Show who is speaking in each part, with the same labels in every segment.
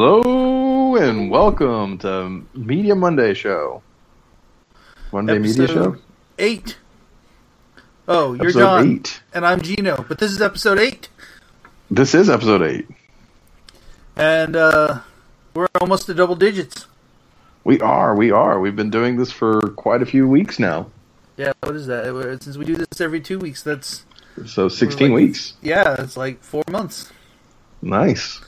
Speaker 1: Hello and welcome to Media Monday Show. Monday Media Show?
Speaker 2: Episode Eight. Oh, you're
Speaker 1: episode
Speaker 2: John,
Speaker 1: 8.
Speaker 2: and I'm Gino, but this is episode eight,
Speaker 1: This is episode 8.
Speaker 2: and uh, we're almost to double digits.
Speaker 1: We are, we are. We've been doing this for quite a few weeks now.
Speaker 2: Yeah, what is that? We're- Since we do this every two weeks, that's
Speaker 1: So 16
Speaker 2: like-
Speaker 1: weeks.
Speaker 2: yeah, it's like four months.
Speaker 1: Nice.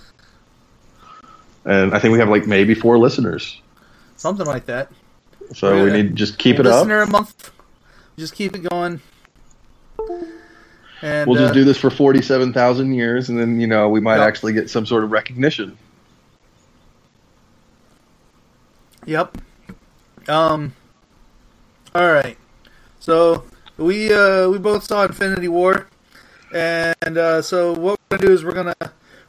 Speaker 1: And I think we have like maybe four listeners.
Speaker 2: something like that.
Speaker 1: So
Speaker 2: Really?
Speaker 1: we need to just keep it
Speaker 2: Listener
Speaker 1: up.
Speaker 2: a month. Just keep it going. And
Speaker 1: We'll just
Speaker 2: uh,
Speaker 1: do this for 47,000 years and then, you know, we might
Speaker 2: Yep.
Speaker 1: actually get some sort of recognition.
Speaker 2: Yep. Um. All right. So we uh, we both saw Infinity War, and uh, so what we're gonna do is we're gonna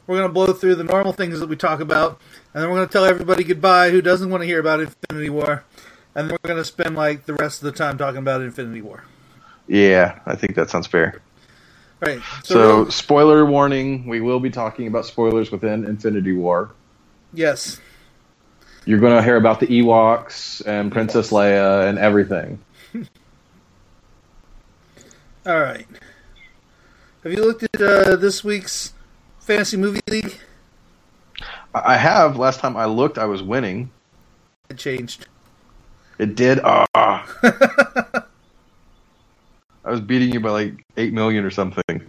Speaker 2: we're gonna blow through the normal things that we talk about, and then we're gonna tell everybody goodbye who doesn't want to hear about Infinity War, and then we're gonna spend like the rest of the time talking about Infinity War.
Speaker 1: Yeah, I think that sounds fair.
Speaker 2: All right.
Speaker 1: So,
Speaker 2: So,
Speaker 1: spoiler warning: we will be talking about spoilers within Infinity War.
Speaker 2: yes.
Speaker 1: You're going to hear about the Ewoks and Princess Leia and everything.
Speaker 2: All right. Have you looked at uh, this week's fantasy movie league?
Speaker 1: I I have. Last time I looked, I was winning.
Speaker 2: It changed.
Speaker 1: It did. Ah, I was beating you by like eight million or something.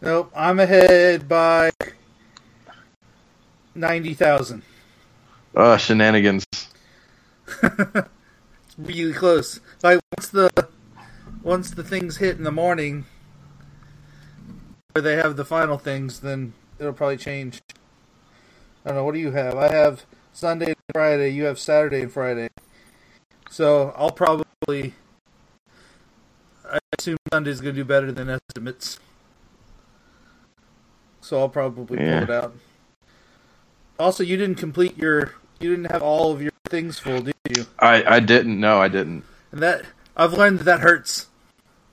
Speaker 2: Nope, I'm ahead by ninety thousand.
Speaker 1: Uh, shenanigans.
Speaker 2: Really close. Like once the once the things hit in the morning, where they have the final things, then it'll probably change. I don't know. What do you have? I have Sunday and Friday. You have Saturday and Friday. So I'll probably. I assume Sunday's going to do better than estimates. So I'll probably
Speaker 1: Yeah.
Speaker 2: pull it out. Also, you didn't complete your. You didn't have all of your things full, did you?
Speaker 1: I I didn't. No, I didn't.
Speaker 2: And that I've learned that that hurts.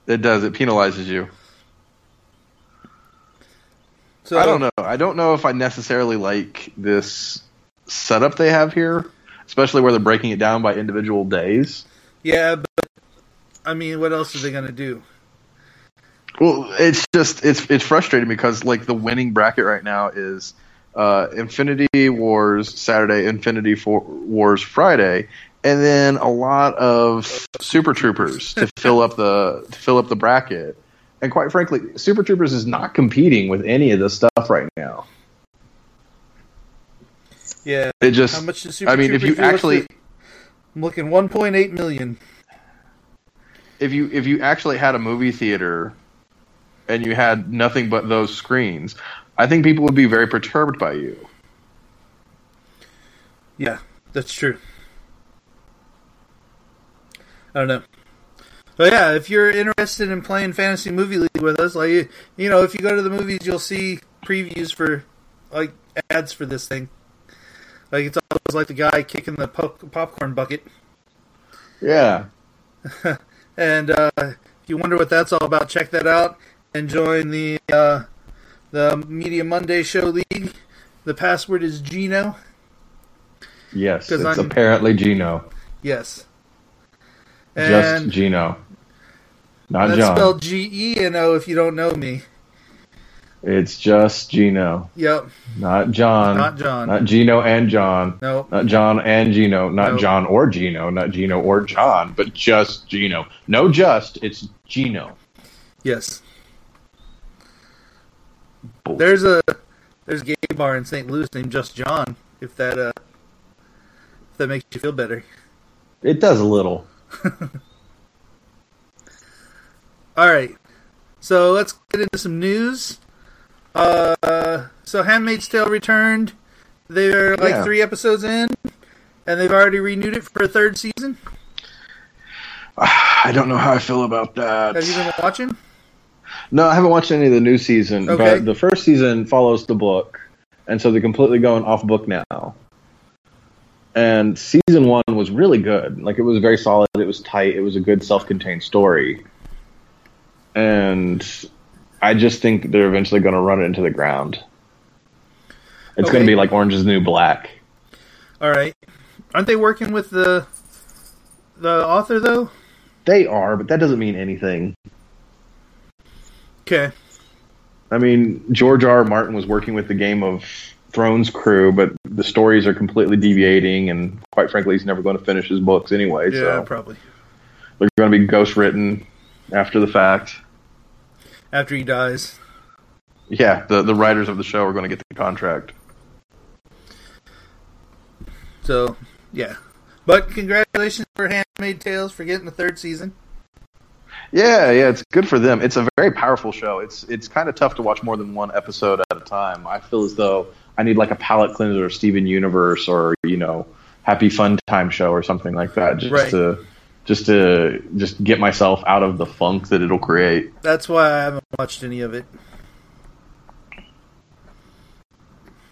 Speaker 1: It does. It penalizes you.
Speaker 2: So
Speaker 1: I don't know. I don't know if I necessarily like this setup they have here, especially where they're breaking it down by individual days.
Speaker 2: Yeah, but I mean, what else are they gonna do?
Speaker 1: Well, it's just it's it's frustrating because like the winning bracket right now is uh, Infinity Wars Saturday, Infinity For- Wars Friday, and then a lot of Super Troopers to fill up the to fill up the bracket. And quite frankly, Super Troopers is not competing with any of this stuff right now.
Speaker 2: Yeah,
Speaker 1: It just
Speaker 2: how much does Super
Speaker 1: I mean, if
Speaker 2: Troopers
Speaker 1: you
Speaker 2: do? What's
Speaker 1: actually-
Speaker 2: the- I'm looking 1.8 million.
Speaker 1: if you if you actually had a movie theater and you had nothing but those screens, I think people would be very perturbed by you.
Speaker 2: Yeah, that's true. I don't know. But yeah, if you're interested in playing fantasy movie league with us, like you- you know, if you go to the movies, you'll see previews for like ads for this thing. Like it's always like the guy kicking the pop- popcorn bucket.
Speaker 1: Yeah.
Speaker 2: And uh, if you wonder what that's all about, check that out and join the uh, the Media Monday Show League. The password is Gino.
Speaker 1: Yes,
Speaker 2: 'Cause
Speaker 1: it's
Speaker 2: I'm-
Speaker 1: apparently Gino.
Speaker 2: Yes.
Speaker 1: Just
Speaker 2: And
Speaker 1: Gino. Not
Speaker 2: that's
Speaker 1: John.
Speaker 2: spelled G E N O if you don't know me.
Speaker 1: It's just Gino.
Speaker 2: Yep.
Speaker 1: Not John.
Speaker 2: Not John.
Speaker 1: Not Gino and John.
Speaker 2: No.
Speaker 1: Not John and Gino. Not
Speaker 2: No.
Speaker 1: John or Gino. Not Gino or John, but just Gino. No just, it's Gino.
Speaker 2: Yes.
Speaker 1: Bull-
Speaker 2: There's a there's a gay bar in St. Louis named Just John. If that uh, if that makes you feel better.
Speaker 1: It does a little.
Speaker 2: All right. So let's get into some news. Uh, so Handmaid's Tale returned. They're like
Speaker 1: Yeah.
Speaker 2: three episodes in, and they've already renewed it for a third season.
Speaker 1: I don't know how I feel about that.
Speaker 2: Have you been watching?
Speaker 1: No, I haven't watched any of the new season,
Speaker 2: Okay.
Speaker 1: but the first season follows the book, and so they're completely going off book now. And season one was really good. Like it was very solid. It was tight. It was a good self-contained story. And I just think they're eventually going to run it into the ground.
Speaker 3: It's going
Speaker 2: Okay.
Speaker 3: to be like Orange is the New Black.
Speaker 2: All right. Aren't they working with the the author though?
Speaker 3: They are, but that doesn't mean anything.
Speaker 2: Okay.
Speaker 3: I mean, George R. R. Martin was working with the Game of Thrones crew, but the stories are completely deviating, and quite frankly, he's never going to finish his books anyway.
Speaker 2: Yeah,
Speaker 3: so
Speaker 2: probably.
Speaker 3: they're going to be ghostwritten after the fact.
Speaker 2: After he dies.
Speaker 1: Yeah, the the writers of the show are going to get the contract.
Speaker 2: So, yeah. But congratulations for Handmade Tales for getting the third season.
Speaker 1: Yeah, yeah, it's good for them. It's a very powerful show. It's it's kind of tough to watch more than one episode at a time. I feel as though I need like a palate cleanser or Steven Universe or you know Happy Fun Time show or something like that just
Speaker 2: Right.
Speaker 1: to just to just get myself out of the funk that it'll create.
Speaker 2: That's why I haven't watched any of it.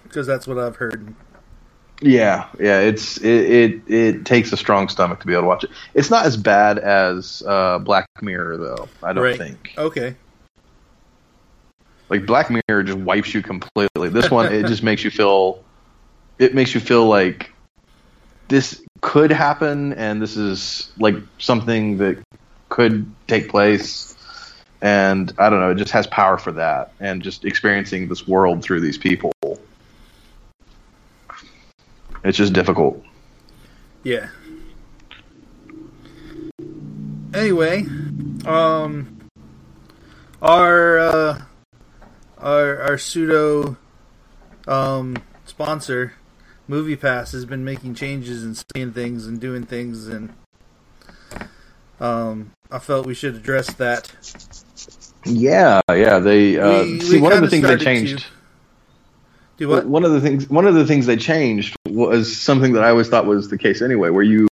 Speaker 2: Because that's what I've heard.
Speaker 1: Yeah, yeah, it's it, it it takes a strong stomach to be able to watch it. It's not as bad as uh, Black Mirror though. I don't
Speaker 2: Right.
Speaker 1: think
Speaker 2: Okay.
Speaker 1: like Black Mirror just wipes you completely. This one it just makes you feel it makes you feel like this could happen and this is like something that could take place. And I don't know, it just has power for that and just experiencing this world through these people. It's just difficult.
Speaker 2: Yeah. Anyway, um, our uh, our our pseudo um sponsor, MoviePass, has been making changes and seeing things and doing things, and um, I felt we should address that.
Speaker 1: Yeah, yeah. They uh,
Speaker 2: We-
Speaker 1: see
Speaker 2: we
Speaker 1: one of
Speaker 2: kinda
Speaker 1: the things they
Speaker 2: started
Speaker 1: changed.
Speaker 2: to- Do what?
Speaker 1: One of the things one of the things they changed was something that I always thought was the case anyway, where you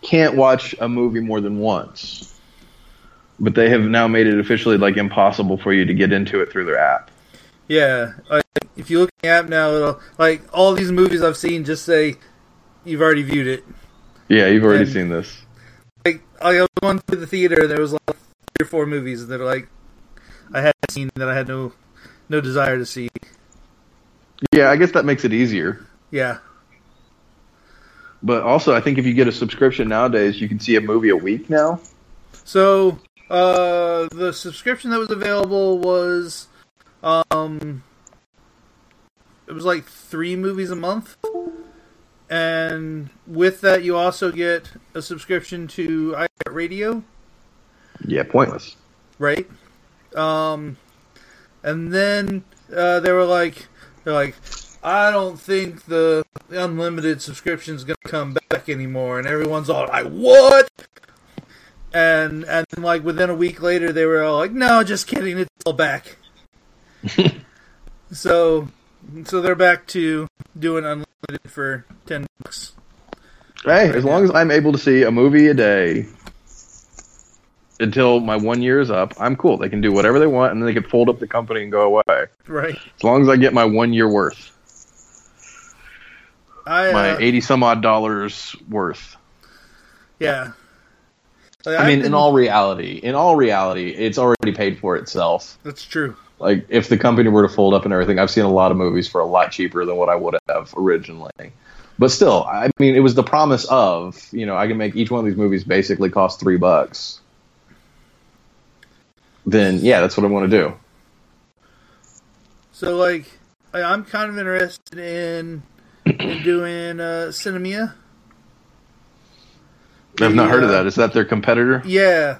Speaker 1: can't watch a movie more than once. But they have now made it officially like impossible for you to get into it through their app.
Speaker 2: Yeah, like, if you look at the app now, it'll like all these movies I've seen just say you've already viewed it.
Speaker 1: Yeah, you've already
Speaker 2: And-
Speaker 1: seen this.
Speaker 2: like I was going through the theater and there was like three or four movies that are like I had seen that I had no no desire to see.
Speaker 1: Yeah, I guess that makes it easier.
Speaker 2: Yeah.
Speaker 1: But also, I think if you get a subscription nowadays, you can see a movie a week now.
Speaker 2: So uh the subscription that was available was um it was like three movies a month. And with that you also get a subscription to iHeartRadio,
Speaker 1: Yeah, pointless.
Speaker 2: right? Um, and then uh, they were like, they're like, I don't think the unlimited subscription's gonna come back anymore, and everyone's all like, what? And and then like within a week later, they were all like, no, just kidding, it's all back. so, so they're back to doing unlimited for ten bucks.
Speaker 1: Hey, as long as I'm able to see a movie a day until my one year is up, I'm cool. They can do whatever they want, and then they can fold up the company and go away.
Speaker 2: Right.
Speaker 1: As long as I get my one year worth,
Speaker 2: I, uh,
Speaker 1: my eighty some odd dollars worth.
Speaker 2: yeah. Like,
Speaker 3: I mean, in
Speaker 2: didn't-
Speaker 3: all reality, in all reality, it's already paid for itself.
Speaker 2: that's true.
Speaker 3: Like if the company were to fold up and everything, I've seen a lot of movies for a lot cheaper than what I would have originally. But still, I mean, it was the promise of you know I can make each one of these movies basically cost three bucks. Then yeah, that's what I want to do.
Speaker 2: So like, I, I'm kind of interested in, in doing uh, Cinemia.
Speaker 1: I've not heard of
Speaker 2: Yeah.
Speaker 1: that. Is that their competitor?
Speaker 2: Yeah,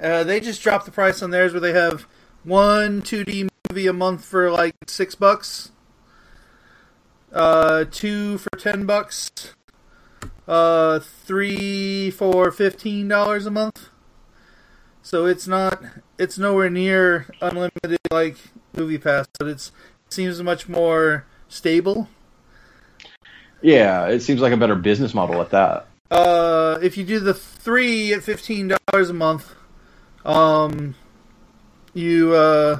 Speaker 2: uh, they just dropped the price on theirs where they have one 2D movie a month for like six bucks, uh, two for ten bucks, uh, three for fifteen dollars a month. So it's not it's nowhere near unlimited like Movie Pass, but it's seems much more stable.
Speaker 3: Yeah, it seems like a better business model at that.
Speaker 2: Uh, if you do the three at fifteen dollars a month, um, you uh,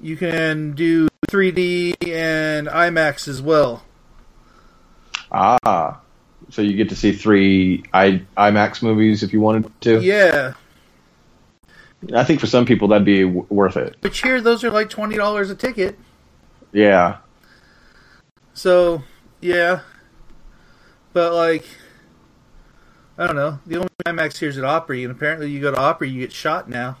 Speaker 2: you can do 3D and IMAX as well.
Speaker 3: Ah, so you get to see three I- IMAX movies if you wanted to.
Speaker 2: Yeah,
Speaker 3: I think for some people that'd be w- worth it.
Speaker 2: which here those are like twenty dollars a ticket.
Speaker 3: Yeah.
Speaker 2: So, yeah. But, like, I don't know. The only IMAX here is at Opry, and apparently you go to Opry, you get shot now.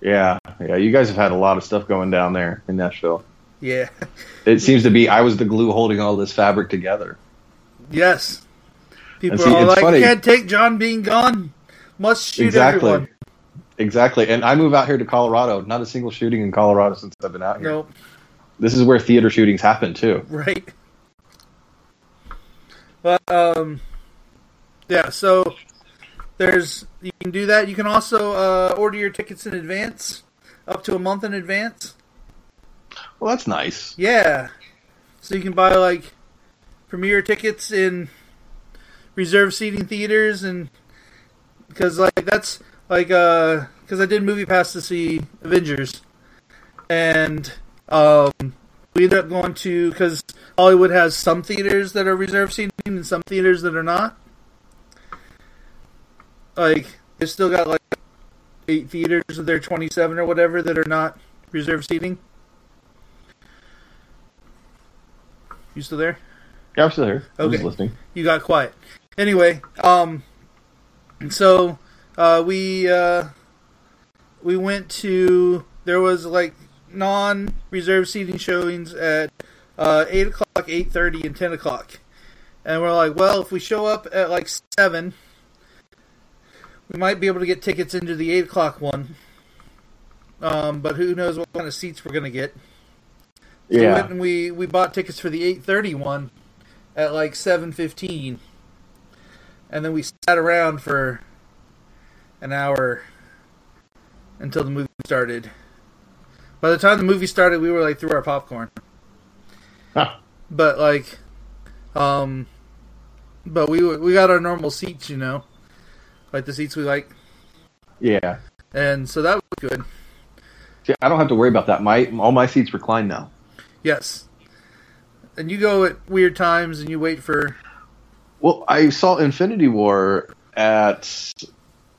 Speaker 1: Yeah, yeah. You guys have had a lot of stuff going down there in Nashville.
Speaker 2: Yeah.
Speaker 1: It seems to be I was the glue holding all this fabric together.
Speaker 2: Yes. People
Speaker 1: see,
Speaker 2: are all
Speaker 1: it's
Speaker 2: like,
Speaker 1: funny.
Speaker 2: can't take John being gone. Must shoot
Speaker 1: exactly.
Speaker 2: everyone.
Speaker 1: Exactly. And I move out here to Colorado. Not a single shooting in Colorado since I've been out here.
Speaker 2: Nope.
Speaker 1: This is where theater shootings happen too.
Speaker 2: Right. But um, yeah. So there's you can do that. You can also uh, order your tickets in advance, up to a month in advance.
Speaker 1: Well, that's nice.
Speaker 2: Yeah. So you can buy like premiere tickets in reserved seating theaters and because like that's like uh because I did movie pass to see Avengers and um we ended up going to because Hollywood has some theaters that are reserved seating and some theaters that are not. Like they've still got like eight theaters of their twenty seven or whatever that are not reserved seating. You still there?
Speaker 1: Yeah, I'm still here. I'm just
Speaker 2: Okay.
Speaker 1: listening.
Speaker 2: you got quiet. Anyway, um, so uh, we uh, we went to there was like non reserved seating showings at uh, eight o'clock, eight thirty, and ten o'clock, and we're like, well, if we show up at like seven, we might be able to get tickets into the eight o'clock one. Um, but who knows what kind of seats we're gonna get? So we went
Speaker 1: Yeah.
Speaker 2: and we we bought tickets for the eight thirty one at like seven fifteen, and then we sat around for an hour until the movie started. By the time the movie started, we were like through our popcorn,
Speaker 1: Huh.
Speaker 2: but like, um, but we were- we got our normal seats, you know, like the seats we like,
Speaker 1: Yeah.
Speaker 2: and so that was good.
Speaker 1: See, I don't have to worry about that. My all my seats recline now.
Speaker 2: Yes, and you go at weird times and you wait for
Speaker 1: Well, I saw Infinity War at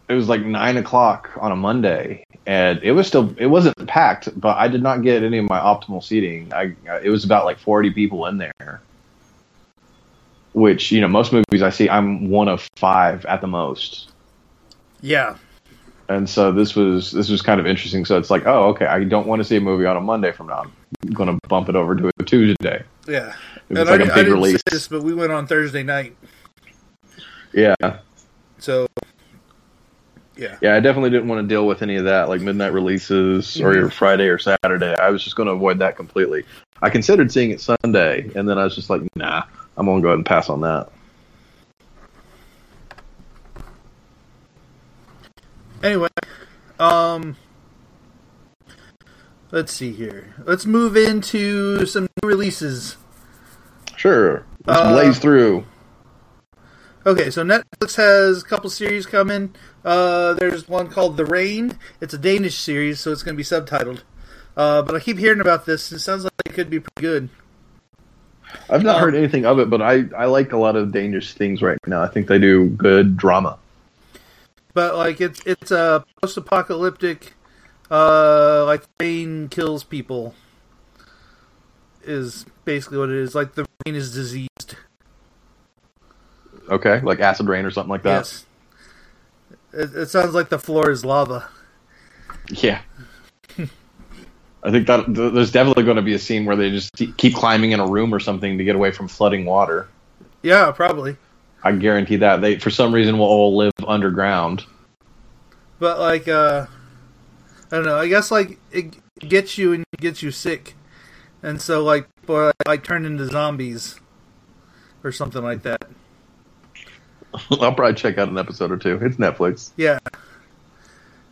Speaker 1: it was like nine o'clock on a Monday, and it was still it wasn't packed, but I did not get any of my optimal seating. I it was about like forty people in there, which you know most movies I see I'm one of five at the most,
Speaker 2: yeah,
Speaker 1: and so this was this was kind of interesting. So it's like oh okay, I don't want to see a movie on a Monday from now. I'm going to bump it over to a Tuesday.
Speaker 2: yeah.
Speaker 1: It
Speaker 2: And
Speaker 1: was
Speaker 2: I,
Speaker 1: like
Speaker 2: di-
Speaker 1: a
Speaker 2: I
Speaker 1: big
Speaker 2: didn't
Speaker 1: release.
Speaker 2: say this, but we went on Thursday night,
Speaker 1: Yeah.
Speaker 2: so yeah,
Speaker 1: Yeah, I definitely didn't want to deal with any of that, like midnight releases or
Speaker 2: Mm-hmm.
Speaker 1: your Friday or Saturday. I was just going to avoid that completely. I considered seeing it Sunday, and then I was just like, nah, I'm going to go ahead and pass on that.
Speaker 2: Anyway, um, let's see here. Let's move into some new releases.
Speaker 1: Sure. Let's
Speaker 2: Uh,
Speaker 1: blaze through.
Speaker 2: Okay, so Netflix has a couple series coming. Uh, there's one called The Rain. It's a Danish series, so it's going to be subtitled. Uh, but I keep hearing about this. It sounds like it could be pretty good.
Speaker 1: I've not
Speaker 2: uh,
Speaker 1: heard anything of it, but I, I like a lot of Danish things right now. I think they do good drama.
Speaker 2: But like it's it's a post-apocalyptic, uh, like rain kills people. Is basically what it is. Like the rain is diseased.
Speaker 1: Okay, like Acid Rain or something like that.
Speaker 2: Yes. It, it sounds like the floor is lava.
Speaker 1: Yeah. I think that th- there's definitely going to be a scene where they just keep climbing in a room or something to get away from flooding water.
Speaker 2: Yeah, probably.
Speaker 1: I guarantee that they, for some reason, will all live underground.
Speaker 2: But like, uh, I don't know. I guess like it gets you and it gets you sick, and so like people are, like turn into zombies or something like that.
Speaker 1: I'll probably check out an episode or two. It's Netflix.
Speaker 2: Yeah.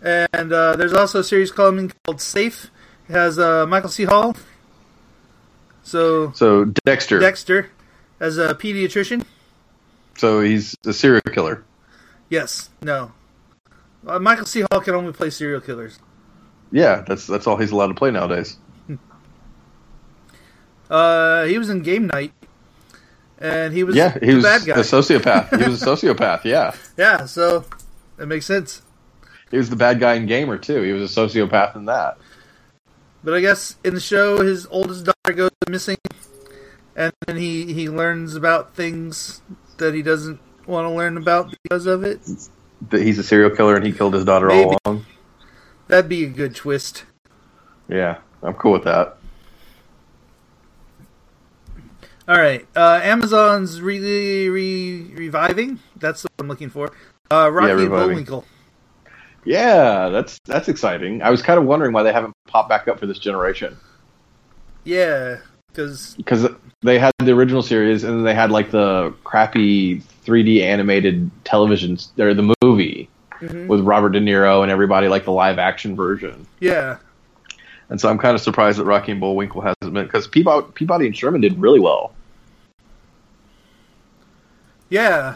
Speaker 2: And uh, there's also a series coming called Safe. It has uh, Michael C. Hall. So
Speaker 1: So Dexter.
Speaker 2: Dexter as a pediatrician.
Speaker 1: so he's a serial killer.
Speaker 2: Yes. No. Uh, Michael C. Hall can only play serial killers.
Speaker 1: Yeah, that's that's all he's allowed to play nowadays.
Speaker 2: Uh, he was in Game Night, and he was
Speaker 1: yeah, he
Speaker 2: the
Speaker 1: was
Speaker 2: bad guy.
Speaker 1: a sociopath. he was a sociopath. Yeah,
Speaker 2: yeah, so that makes sense.
Speaker 1: he was the bad guy in Gamer too. He was a sociopath in that.
Speaker 2: But I guess in the show, his oldest daughter goes missing, and then he he learns about things that he doesn't want to learn about because of it.
Speaker 1: That he's a serial killer and he killed his daughter
Speaker 2: Maybe.
Speaker 1: all along.
Speaker 2: That'd be a good twist.
Speaker 1: Yeah, I'm cool with that.
Speaker 2: All right, uh, Amazon's re- re- reviving. That's what I'm looking for. Uh, Rocky and
Speaker 1: reviving.
Speaker 2: Bullwinkle.
Speaker 4: Yeah, that's that's exciting. I was kind of wondering why they haven't popped back up for this generation
Speaker 2: Yeah, because
Speaker 4: because they had the original series and then they had like the crappy 3D animated television s- or the movie with Robert De Niro and everybody like the live action version.
Speaker 2: yeah,
Speaker 1: And so I'm kind of surprised that Rocky and Bullwinkle hasn't been because people.
Speaker 4: Peabody, Peabody and Sherman did really well.
Speaker 2: yeah.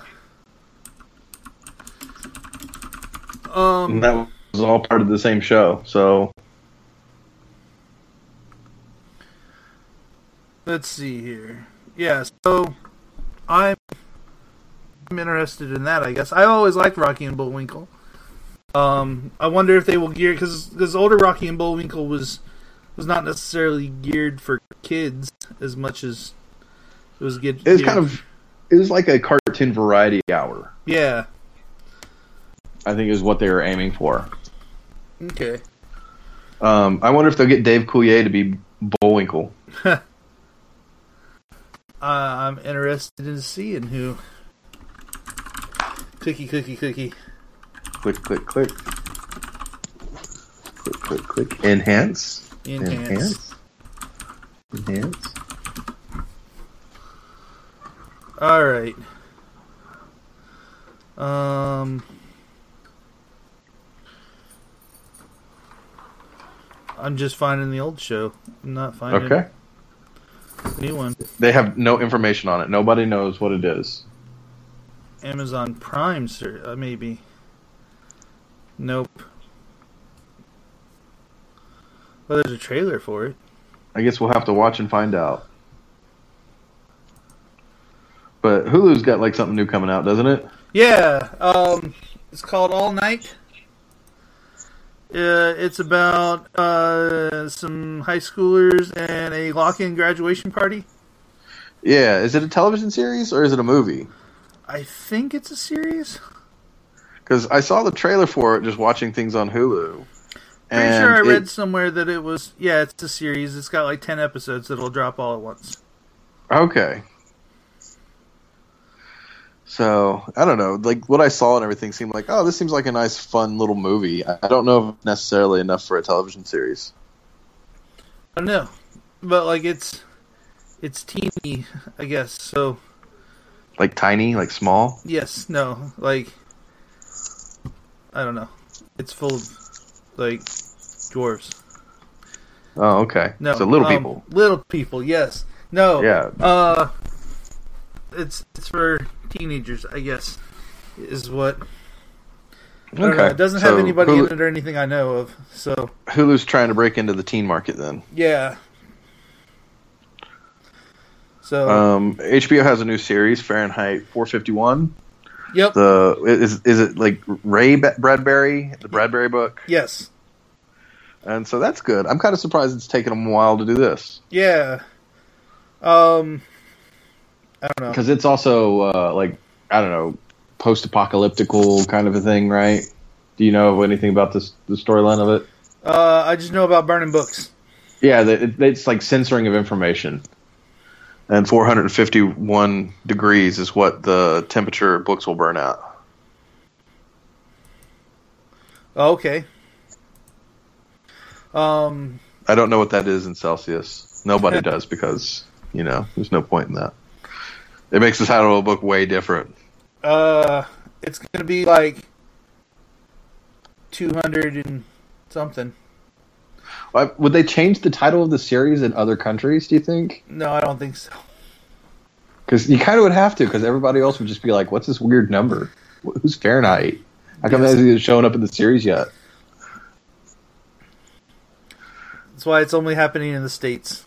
Speaker 2: Um,
Speaker 1: And that was all part of the same show. So
Speaker 2: let's see here. Yeah, so I'm I'm interested in that. I guess I always liked Rocky and Bullwinkle. Um, I wonder if they will gear because because older Rocky and Bullwinkle was was not necessarily geared for kids as much as it was good.
Speaker 4: It was kind of it was like a cartoon variety hour.
Speaker 2: yeah.
Speaker 4: I think is what they were aiming for.
Speaker 2: Okay.
Speaker 1: um, I wonder if they'll get Dave Coulier to be Bullwinkle.
Speaker 2: Uh, I'm interested in seeing who. Cookie, cookie, cookie.
Speaker 1: Click, click, click. Click, click, click. Enhance.
Speaker 2: Enhance.
Speaker 1: Enhance.
Speaker 2: All right. Um. I'm just finding the old show. I'm not finding
Speaker 1: Okay.
Speaker 2: the new one.
Speaker 1: They have no information on it. Nobody knows what it is.
Speaker 2: Amazon Prime, sir, uh, maybe. Nope. Well, there's a trailer for it.
Speaker 1: I guess we'll have to watch and find out. But Hulu's got like something new coming out, doesn't it?
Speaker 2: Yeah, um, it's called All Night. Uh, it's about uh, some high schoolers and a lock-in graduation party.
Speaker 1: Yeah. Is it a television series or is it a movie?
Speaker 2: I think it's a series.
Speaker 1: Because I saw the trailer for it just watching things on Hulu.
Speaker 2: Pretty sure I
Speaker 1: it-
Speaker 2: read somewhere that it was. Yeah, it's a series. It's got like ten episodes that'll drop all at once.
Speaker 1: Okay. So I don't know, like what I saw and everything seemed like, oh, this seems like a nice, fun little movie. I I don't know if it's necessarily enough for a television series.
Speaker 2: I don't know, but like it's it's teeny, I guess. So
Speaker 1: Like tiny, like small.
Speaker 2: yes, no, like I don't know. It's full of like dwarves.
Speaker 1: Oh, okay.
Speaker 2: No,
Speaker 1: so little
Speaker 2: um,
Speaker 1: people.
Speaker 2: Little people, yes. No.
Speaker 1: Yeah.
Speaker 2: Uh, it's it's for teenagers, I guess, is what. I don't know. It doesn't have
Speaker 1: So
Speaker 2: anybody
Speaker 1: Hulu,
Speaker 2: in it or anything I know of. So
Speaker 1: Hulu's trying to break into the teen market. Then
Speaker 2: yeah. So
Speaker 1: um, HBO has a new series, Fahrenheit 451.
Speaker 2: yep.
Speaker 1: The is is it like Ray Ba- Bradbury, the Bradbury book?
Speaker 2: yes.
Speaker 1: And so that's good. I'm kind of surprised it's taken them a while to do this.
Speaker 2: Yeah. Um. I don't know.
Speaker 4: because it's also uh, like I don't know, post-apocalyptical kind of a thing, right? Do you know anything about this the storyline of it?
Speaker 2: Uh, I just know about burning books.
Speaker 4: Yeah, that- it- it's like censoring of information.
Speaker 1: and 451 degrees is what the temperature books will burn at.
Speaker 2: Oh, okay. Um.
Speaker 1: I don't know what that is in Celsius. Nobody does because you know there's no point in that. It makes the title of the book way different.
Speaker 2: Uh, it's gonna be like two hundred and something.
Speaker 4: Why- Would they change the title of the series in other countries? Do you think?
Speaker 2: No, I don't think so.
Speaker 4: Because you kind of would have to, because everybody else would just be like, "What's this weird number? Wh- Who's Fahrenheit? How come
Speaker 2: Yes.
Speaker 4: that isn't showing up in the series yet?"
Speaker 2: That's why it's only happening in the states.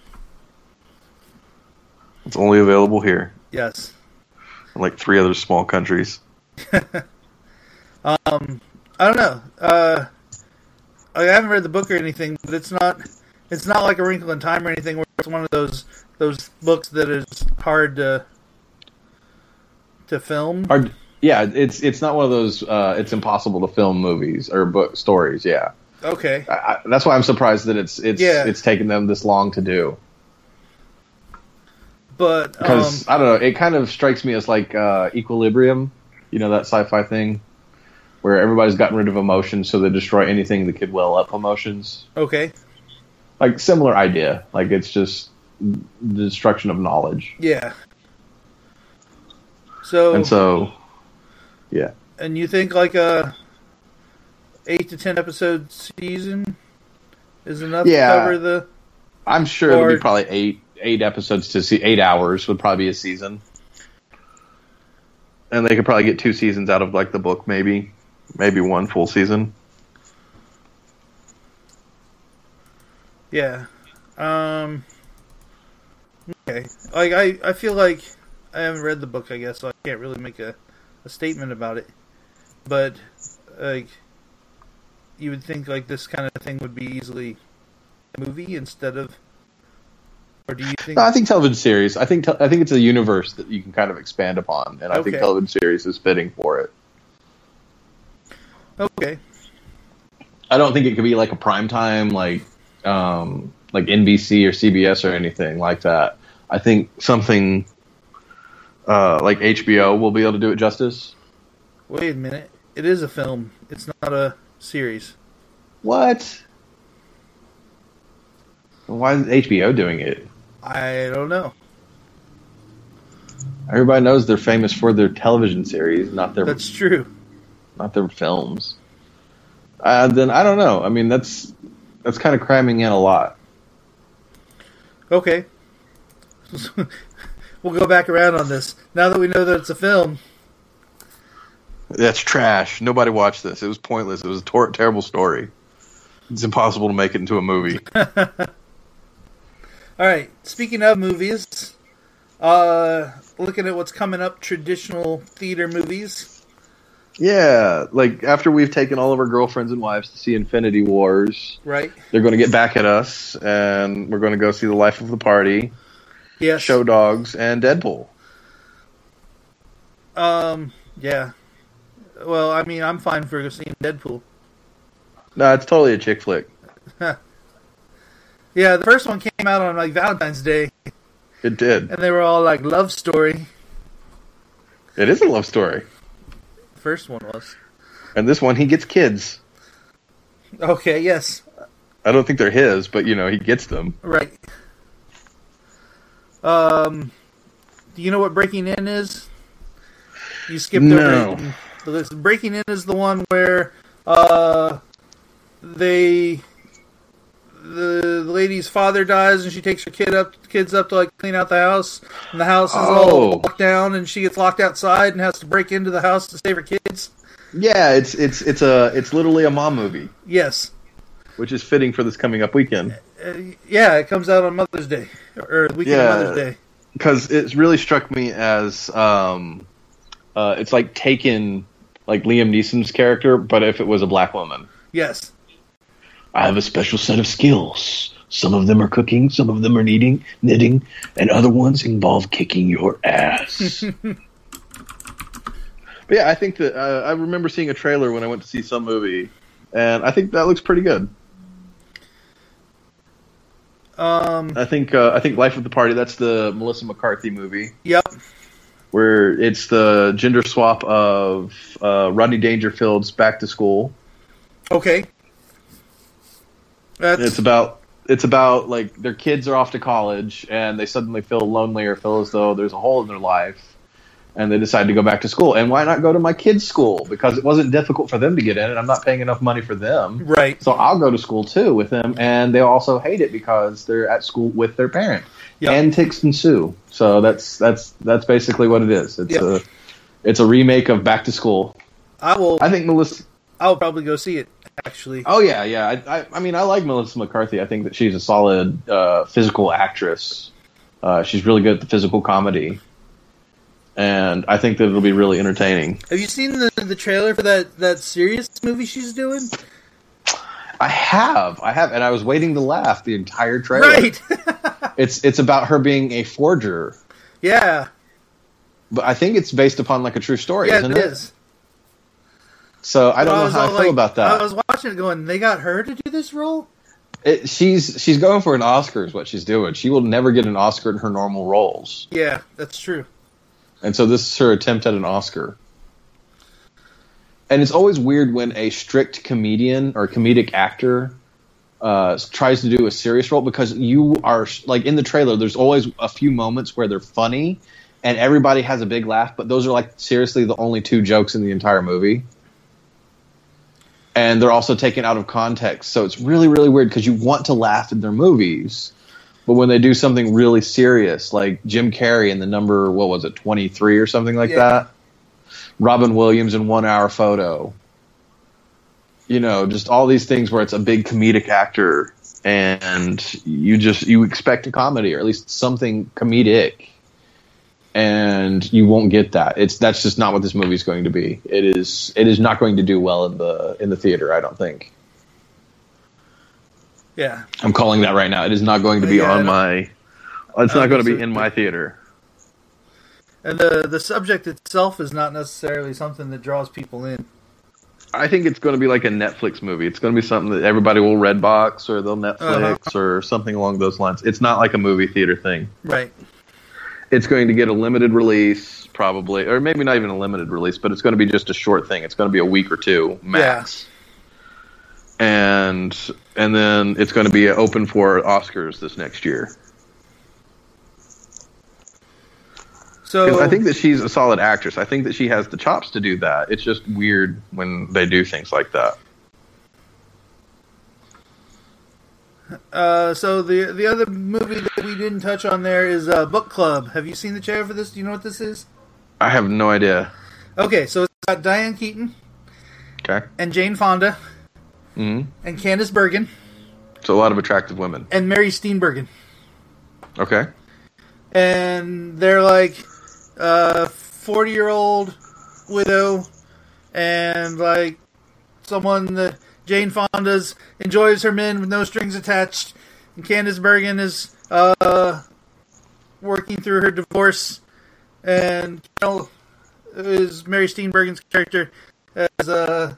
Speaker 1: It's only available here,
Speaker 2: Yes.
Speaker 1: and like three other small countries.
Speaker 2: Um, I don't know. Uh, I haven't read the book or anything, but it's not. It's not like a Wrinkle in Time or anything where it's one of those those books that is hard to to film.
Speaker 1: Are, yeah, it's it's not one of those. Uh, it's impossible to film movies or book stories. Yeah,
Speaker 2: Okay,
Speaker 1: I, I, that's why I'm surprised that it's it's
Speaker 2: Yeah.
Speaker 1: it's taken them this long to do.
Speaker 2: but um,
Speaker 1: Because I don't know, it kind of strikes me as like uh, Equilibrium, you know that sci-fi thing where everybody's gotten rid of emotions, so they destroy anything that could well up emotions.
Speaker 2: okay,
Speaker 1: Like similar idea. Like it's just the destruction of knowledge,
Speaker 2: yeah. So
Speaker 1: and
Speaker 2: and,
Speaker 1: so
Speaker 2: you think like a eight to ten episode season is enough
Speaker 1: Yeah.
Speaker 2: to cover the
Speaker 1: I'm sure it'll
Speaker 2: Or-
Speaker 1: be probably eight eight episodes to see eight hours would probably be a season.
Speaker 5: and they could probably get two seasons out of like the book, maybe, maybe one full season.
Speaker 2: yeah. Um. Okay, like I I feel like I haven't read the book, I guess, so I can't really make a a statement about it. But like, you would think like this kind of thing would be easily a movie instead of, or do you think?
Speaker 1: No, I think television series. I think te- I think it's a universe that you can kind of expand upon, and I
Speaker 2: Okay.
Speaker 1: think television series is fitting for it.
Speaker 2: Okay,
Speaker 1: I don't think it could be like a prime time like um, like NBC or CBS or anything like that. I think something
Speaker 5: Uh, like HBO will be able to do it justice.
Speaker 2: wait a minute. It is a film. It's not a series.
Speaker 1: what? Why is HBO doing it?
Speaker 2: I don't know.
Speaker 1: Everybody knows they're famous for their television series, not their
Speaker 2: That's true.
Speaker 1: not their films. Uh, then I don't know. I mean, that's that's kind of cramming in a lot.
Speaker 2: Okay. we'll go back around on this. Now that we know that it's a film,
Speaker 5: That's trash. Nobody watched this. It was pointless. It was a tor- terrible story. It's impossible to make it into a movie.
Speaker 2: All right. Speaking of movies, uh, looking at what's coming up, traditional theater movies.
Speaker 5: yeah, like after we've taken all of our girlfriends and wives to see Infinity Wars,
Speaker 2: Right.
Speaker 5: they're going to get back at us, and we're going to go see The Life of the Party,
Speaker 2: Yes.
Speaker 5: Show Dogs, and Deadpool.
Speaker 2: Um. Yeah. Well, I mean, I'm fine for seeing Deadpool.
Speaker 5: No, it's totally a chick flick.
Speaker 2: Yeah, the first one came out on like Valentine's Day,
Speaker 5: It did.
Speaker 2: and they were all like love story.
Speaker 5: It is a love story.
Speaker 2: The first one was
Speaker 5: And this one, he gets kids.
Speaker 2: okay. Yes.
Speaker 5: I don't think they're his, but you know, he gets them.
Speaker 2: Right. Um. Do you know what Breaking In is? You skipped
Speaker 5: No.
Speaker 2: over. it. The list. Breaking In is the one where uh they the, the lady's father dies and she takes her kid up kids up to like clean out the house and the house is all
Speaker 5: Oh.
Speaker 2: locked down and she gets locked outside and has to break into the house to save her kids.
Speaker 5: Yeah, it's it's it's a it's literally a mom movie,
Speaker 2: Yes.
Speaker 5: which is fitting for this coming up weekend
Speaker 2: Uh, yeah, it comes out on Mother's Day or the weekend
Speaker 5: Yeah.
Speaker 2: of Mother's Day.
Speaker 5: because it really struck me as um,
Speaker 1: Uh, it's like Taken, like Liam Neeson's character, but if it was a black woman.
Speaker 2: Yes.
Speaker 1: I have a special set of skills. Some of them are cooking, some of them are kneading, knitting, and other ones involve kicking your ass.
Speaker 5: but yeah, I think that uh, I remember seeing a trailer when I went to see some movie, and I think that looks pretty good.
Speaker 2: Um
Speaker 5: I think uh, I think Life of the Party that's the Melissa McCarthy movie
Speaker 2: yep.
Speaker 5: where it's the gender swap of uh, Rodney Dangerfield's Back to School.
Speaker 2: Okay. That's
Speaker 5: It's about it's about like their kids are off to college and they suddenly feel lonely or feel as though there's a hole in their life and they decide to go back to school. And why not go to my kids' school? Because it wasn't difficult for them to get in and I'm not paying enough money for them.
Speaker 2: right.
Speaker 5: So I'll go to school too with them and they also hate it because they're at school with their parent.
Speaker 2: Yeah.
Speaker 5: Antics ensue. So that's that's that's basically what it is. It's
Speaker 2: Yeah.
Speaker 5: a it's a remake of Back to School.
Speaker 2: I will.
Speaker 5: I think Melissa
Speaker 2: I'll probably go see it. Actually.
Speaker 5: Oh yeah, yeah. I, I, I mean, I like Melissa McCarthy. I think that she's a solid uh, physical actress. Uh, she's really good at the physical comedy, and I think that it'll be really entertaining.
Speaker 2: Have you seen the the trailer for that that serious movie she's doing?
Speaker 5: I have, I have, and I was waiting to laugh the entire trailer.
Speaker 2: Right.
Speaker 1: It's it's about her being a forger,
Speaker 2: Yeah,
Speaker 1: but I think it's based upon like a true story,
Speaker 2: yeah,
Speaker 1: isn't
Speaker 2: it is.
Speaker 1: So I
Speaker 2: But
Speaker 1: don't know
Speaker 2: was
Speaker 1: how I
Speaker 2: all
Speaker 1: feel
Speaker 2: like-
Speaker 1: about
Speaker 2: I
Speaker 1: that.
Speaker 2: was watching it going, they got her to do this role?
Speaker 1: It, she's she's going for an Oscar is what she's doing. She will never get an Oscar in her normal roles,
Speaker 2: Yeah, that's true.
Speaker 1: and so this is her attempt at an Oscar. And it's always weird when a strict comedian or comedic actor uh, tries to do a serious role because you are like in the trailer. There's always a few moments where they're funny, and everybody has a big laugh, but those are like seriously the only two jokes in the entire movie. And they're also taken out of context, so it's really really weird because you want to laugh in their movies, but when they do something really serious, like Jim Carrey in the number what was it twenty three or something like
Speaker 2: Yeah.
Speaker 1: that, Robin Williams in One Hour Photo, you know, just all these things where it's a big comedic actor and you just you expect a comedy or at least something comedic and you won't get that. It's that's just not what this movie's going to be. It is it is not going to do well in the in the theater, I don't think.
Speaker 2: Yeah,
Speaker 1: I'm calling that right now. It is not going to be
Speaker 2: Yeah, I
Speaker 1: on
Speaker 2: don't-
Speaker 5: my. It's
Speaker 2: I
Speaker 5: not going to
Speaker 2: think
Speaker 5: be
Speaker 2: so.
Speaker 5: in my theater.
Speaker 2: and the the subject itself is not necessarily something that draws people in.
Speaker 5: I think it's going to be like a Netflix movie. It's going to be something that everybody will Redbox or they'll Netflix or something along those lines. It's not like a movie theater thing.
Speaker 2: Right.
Speaker 5: It's going to get a limited release, probably, or maybe not even a limited release, but it's going to be just a short thing. It's going to be a week or two max. And and then it's going to be open for Oscars this next year.
Speaker 2: So
Speaker 5: 'Cause I think that she's a solid actress. I think that she has the chops to do that. It's just weird when they do things like that.
Speaker 2: Uh, so the the other movie that we didn't touch on there is uh, Book Club. Have you seen the chair for this? Do you know what this is?
Speaker 5: I have no idea.
Speaker 2: Okay, so it's got Diane Keaton
Speaker 5: Okay.
Speaker 2: and Jane Fonda
Speaker 5: Mhm.
Speaker 2: and Candice Bergen
Speaker 5: So a lot of attractive women.
Speaker 2: and Mary Steenburgen,
Speaker 5: Okay.
Speaker 2: and they're like a forty year old widow and like someone that Jane Fonda's enjoys her men with no strings attached, and Candice Bergen is uh, working through her divorce, and Carol is Mary Steenburgen's character as uh,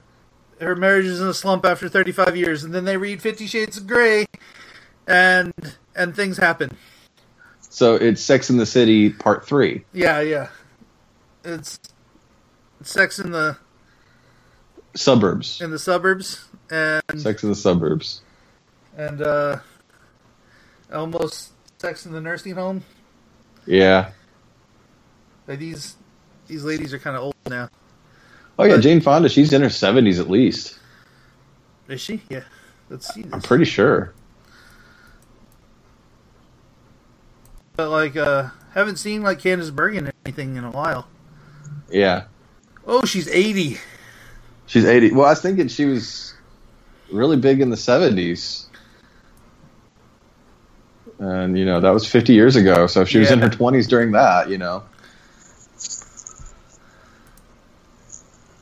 Speaker 2: her marriage is in a slump after 35 years, and then they read Fifty Shades of Grey, and and things happen.
Speaker 1: So it's Sex in the City Part Three.
Speaker 2: Yeah, yeah, it's Sex in the
Speaker 1: Suburbs.
Speaker 2: in the suburbs, and
Speaker 1: Sex in the Suburbs.
Speaker 2: and uh, almost sex in the nursing home.
Speaker 1: Yeah.
Speaker 2: Like these these ladies are kind of old now.
Speaker 1: Oh yeah,
Speaker 2: But-
Speaker 1: Jane Fonda, she's in her seventies at least.
Speaker 2: Is she? Yeah. Let's see
Speaker 1: I'm
Speaker 2: this.
Speaker 1: pretty sure.
Speaker 2: But like, uh, haven't seen like Candice Bergen or anything in a while.
Speaker 1: Yeah.
Speaker 2: Oh, she's eighty.
Speaker 1: She's eighty. Well, I was thinking she was really big in the seventies. And you know, that was fifty years ago, so if she was in
Speaker 2: Yeah.
Speaker 1: her twenties during that, you know.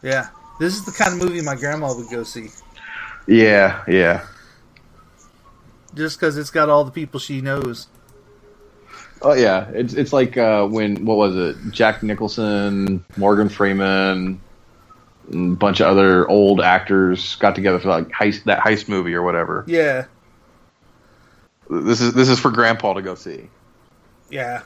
Speaker 2: Yeah. This is the kind of movie my grandma would go see,
Speaker 5: Yeah, yeah.
Speaker 2: just because it's got all the people she knows.
Speaker 1: Oh yeah. It's it's like uh when what was it? Jack Nicholson, Morgan Freeman, and a bunch of other old actors got together for like heist that heist movie or whatever.
Speaker 2: Yeah.
Speaker 5: This is this is for grandpa to go see.
Speaker 2: Yeah.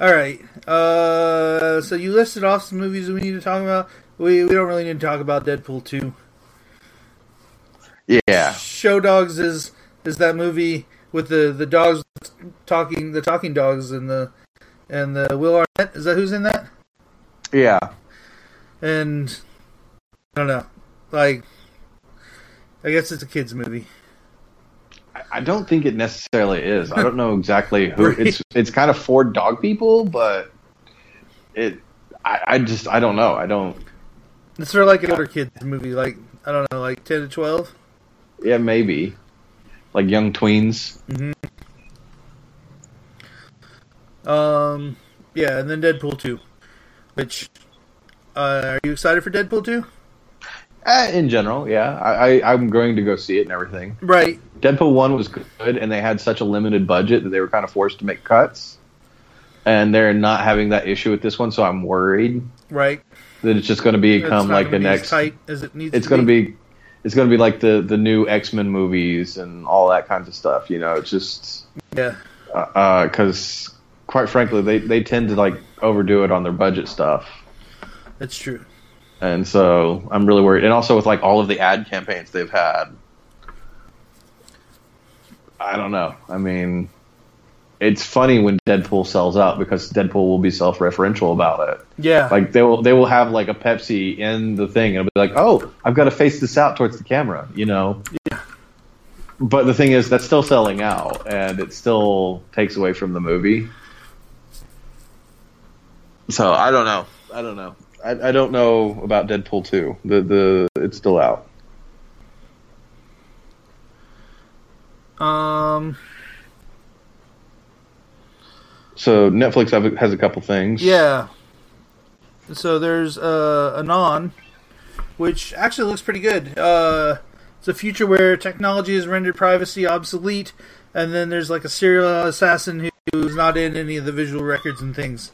Speaker 2: All right. Uh, so you listed off some movies that we need to talk about. We we don't really need to talk about Deadpool two.
Speaker 5: Yeah.
Speaker 2: Show Dogs is is that movie with the the dogs talking the talking dogs and the and the Will Arnett is that who's in that
Speaker 1: Yeah.
Speaker 2: and I don't know like I guess it's a kids movie
Speaker 1: I don't think it necessarily is. I don't know exactly who
Speaker 2: Right.
Speaker 1: it's. It's kind of for dog people, but it. I, I just I don't know. I don't.
Speaker 2: it's sort of like an older kids movie like I don't know like ten to twelve
Speaker 1: Yeah, maybe like young tweens.
Speaker 2: um yeah and then Deadpool two which uh, are you excited for Deadpool two
Speaker 1: Eh, in general, yeah, I, I, I'm going to go see it and everything.
Speaker 2: Right.
Speaker 1: Deadpool one was good, and they had such a limited budget that they were kind of forced to make cuts. And they're not having that issue with this one, so I'm worried
Speaker 2: Right.
Speaker 1: that it's just going to
Speaker 2: It's
Speaker 1: become
Speaker 2: not
Speaker 1: like
Speaker 2: gonna
Speaker 1: the
Speaker 2: be as
Speaker 1: next.
Speaker 2: tight as it needs.
Speaker 1: It's
Speaker 2: to
Speaker 1: going to be, it's going to be like the the new X Men movies and all that kinds of stuff. You know, it's just
Speaker 2: Yeah.
Speaker 1: because quite frankly, they they tend to like overdo it on their budget stuff.
Speaker 2: That's true.
Speaker 1: And so I'm really worried. And also with like all of the ad campaigns they've had, I don't know. I mean, it's funny when Deadpool sells out because Deadpool will be self-referential about it.
Speaker 2: Yeah.
Speaker 1: Like they will they will have like a Pepsi in the thing and it'll be like, "Oh, I've got to face this out towards the camera," you know. Yeah. But the thing is that's still selling out and it still takes away from the movie. So, I don't know. I don't know. I, I don't know about Deadpool 2. The the it's still out.
Speaker 2: um.
Speaker 1: So, Netflix have, has a couple things.
Speaker 2: Yeah. So there's uh, Anon, which actually looks pretty good. Uh, it's a future where technology has rendered privacy obsolete, and then there's like a serial assassin who's not in any of the visual records and things.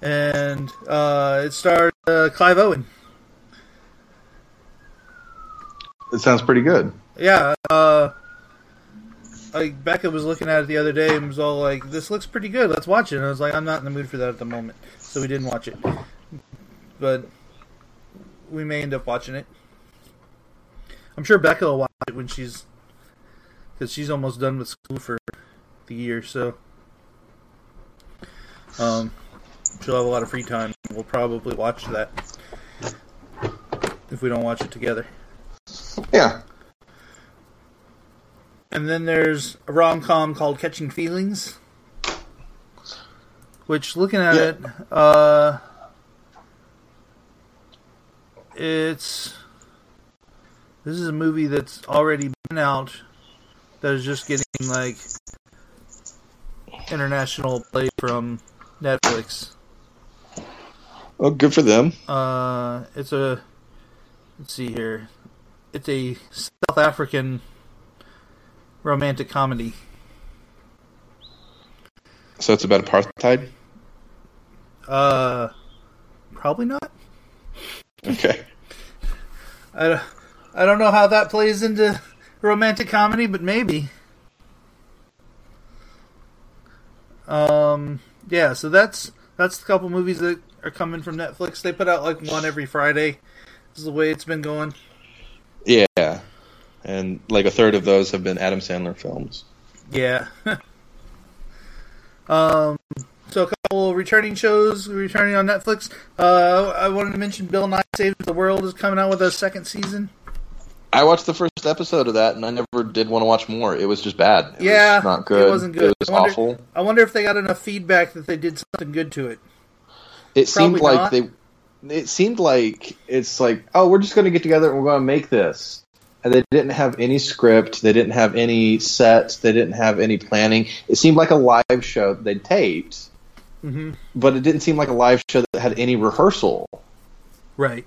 Speaker 2: And uh, it stars uh, Clive Owen.
Speaker 1: It sounds pretty good.
Speaker 2: Yeah. Uh, like Becca was looking at it the other day and was all like, "This looks pretty good. Let's watch it." And I was like, "I'm not in the mood for that at the moment," so we didn't watch it. But we may end up watching it. I'm sure Becca will watch it when she's because she's almost done with school for the year, so um, she'll have a lot of free time. We'll probably watch that if we don't watch it together.
Speaker 1: Yeah.
Speaker 2: And then there's a rom com called Catching Feelings, which, looking at
Speaker 1: Yeah.
Speaker 2: it, uh, it's this is a movie that's already been out that is just getting like international play from Netflix.
Speaker 1: Oh, good for them.
Speaker 2: Uh, it's a let's see here, it's a South African romantic comedy.
Speaker 1: So, it's about apartheid.
Speaker 2: Uh, probably not.
Speaker 1: Okay.
Speaker 2: I, don't- I don't know how that plays into romantic comedy, but maybe. Um, yeah. So that's that's the couple movies that are coming from Netflix. They put out like one every Friday. This is the way it's been going.
Speaker 1: Yeah. And like a third of those have been Adam Sandler films.
Speaker 2: Yeah. um, so a couple returning shows returning on Netflix. Uh, I wanted to mention Bill Nye Saves the World is coming out with a second season.
Speaker 1: I watched the first episode of that and I never did want to watch more. It was just bad. It
Speaker 2: yeah,
Speaker 1: was not good.
Speaker 2: It wasn't good.
Speaker 1: It was
Speaker 2: I wonder,
Speaker 1: awful.
Speaker 2: I wonder if they got enough feedback that they did something good to it.
Speaker 1: It seemed
Speaker 2: probably
Speaker 1: like
Speaker 2: not.
Speaker 1: they it seemed like it's like, oh, we're just gonna get together and we're gonna make this. And they didn't have any script, they didn't have any sets, they didn't have any planning. It seemed like a live show that they taped,
Speaker 2: Mhm.
Speaker 1: but it didn't seem like a live show that had any rehearsal.
Speaker 2: Right.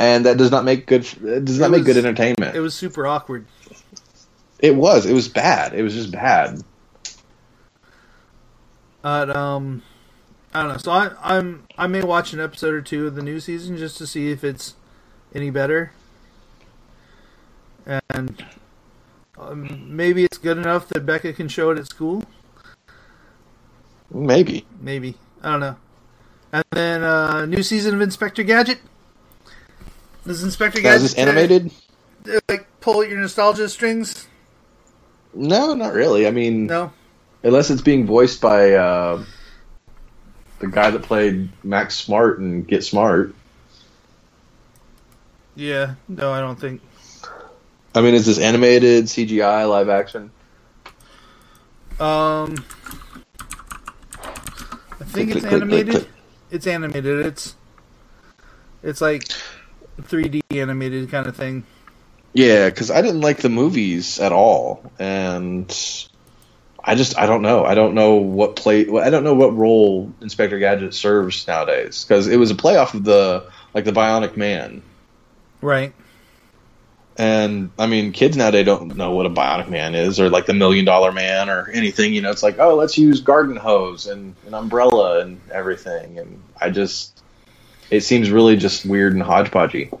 Speaker 1: And that does not make good. It does not
Speaker 2: It
Speaker 1: make
Speaker 2: was-
Speaker 1: good entertainment.
Speaker 2: It was super awkward.
Speaker 1: It was. It was bad. It was just bad.
Speaker 2: But um, I don't know. So I, I'm I may watch an episode or two of the new season just to see if it's any better. And um, maybe it's good enough that Becca can show it at school.
Speaker 1: Maybe.
Speaker 2: Maybe I don't know. And then uh, new season of Inspector Gadget. Does Inspector
Speaker 1: Now,
Speaker 2: Gadget
Speaker 1: is this animated?
Speaker 2: uh, like pull at your nostalgia strings?
Speaker 1: No, not really. I mean,
Speaker 2: No.
Speaker 1: unless it's being voiced by uh, the guy that played Max Smart and Get Smart.
Speaker 2: Yeah. No, I don't think.
Speaker 1: I mean, is this animated, CGI, live action?
Speaker 2: Um, I
Speaker 1: Click,
Speaker 2: think it's
Speaker 1: click, click,
Speaker 2: animated.
Speaker 1: click.
Speaker 2: It's animated. It's it's like 3D animated kind of thing.
Speaker 1: Yeah, because I didn't like the movies at all, and I just I don't know. I don't know what play. I don't know what role Inspector Gadget serves nowadays because it was a playoff of the like the Bionic Man.
Speaker 2: Right.
Speaker 1: And I mean, kids nowadays don't know what a bionic man is, or like the million dollar man, or anything. You know, it's like, oh, let's use garden hose and an umbrella and everything. And I just, it seems really just weird and hodgepodgey.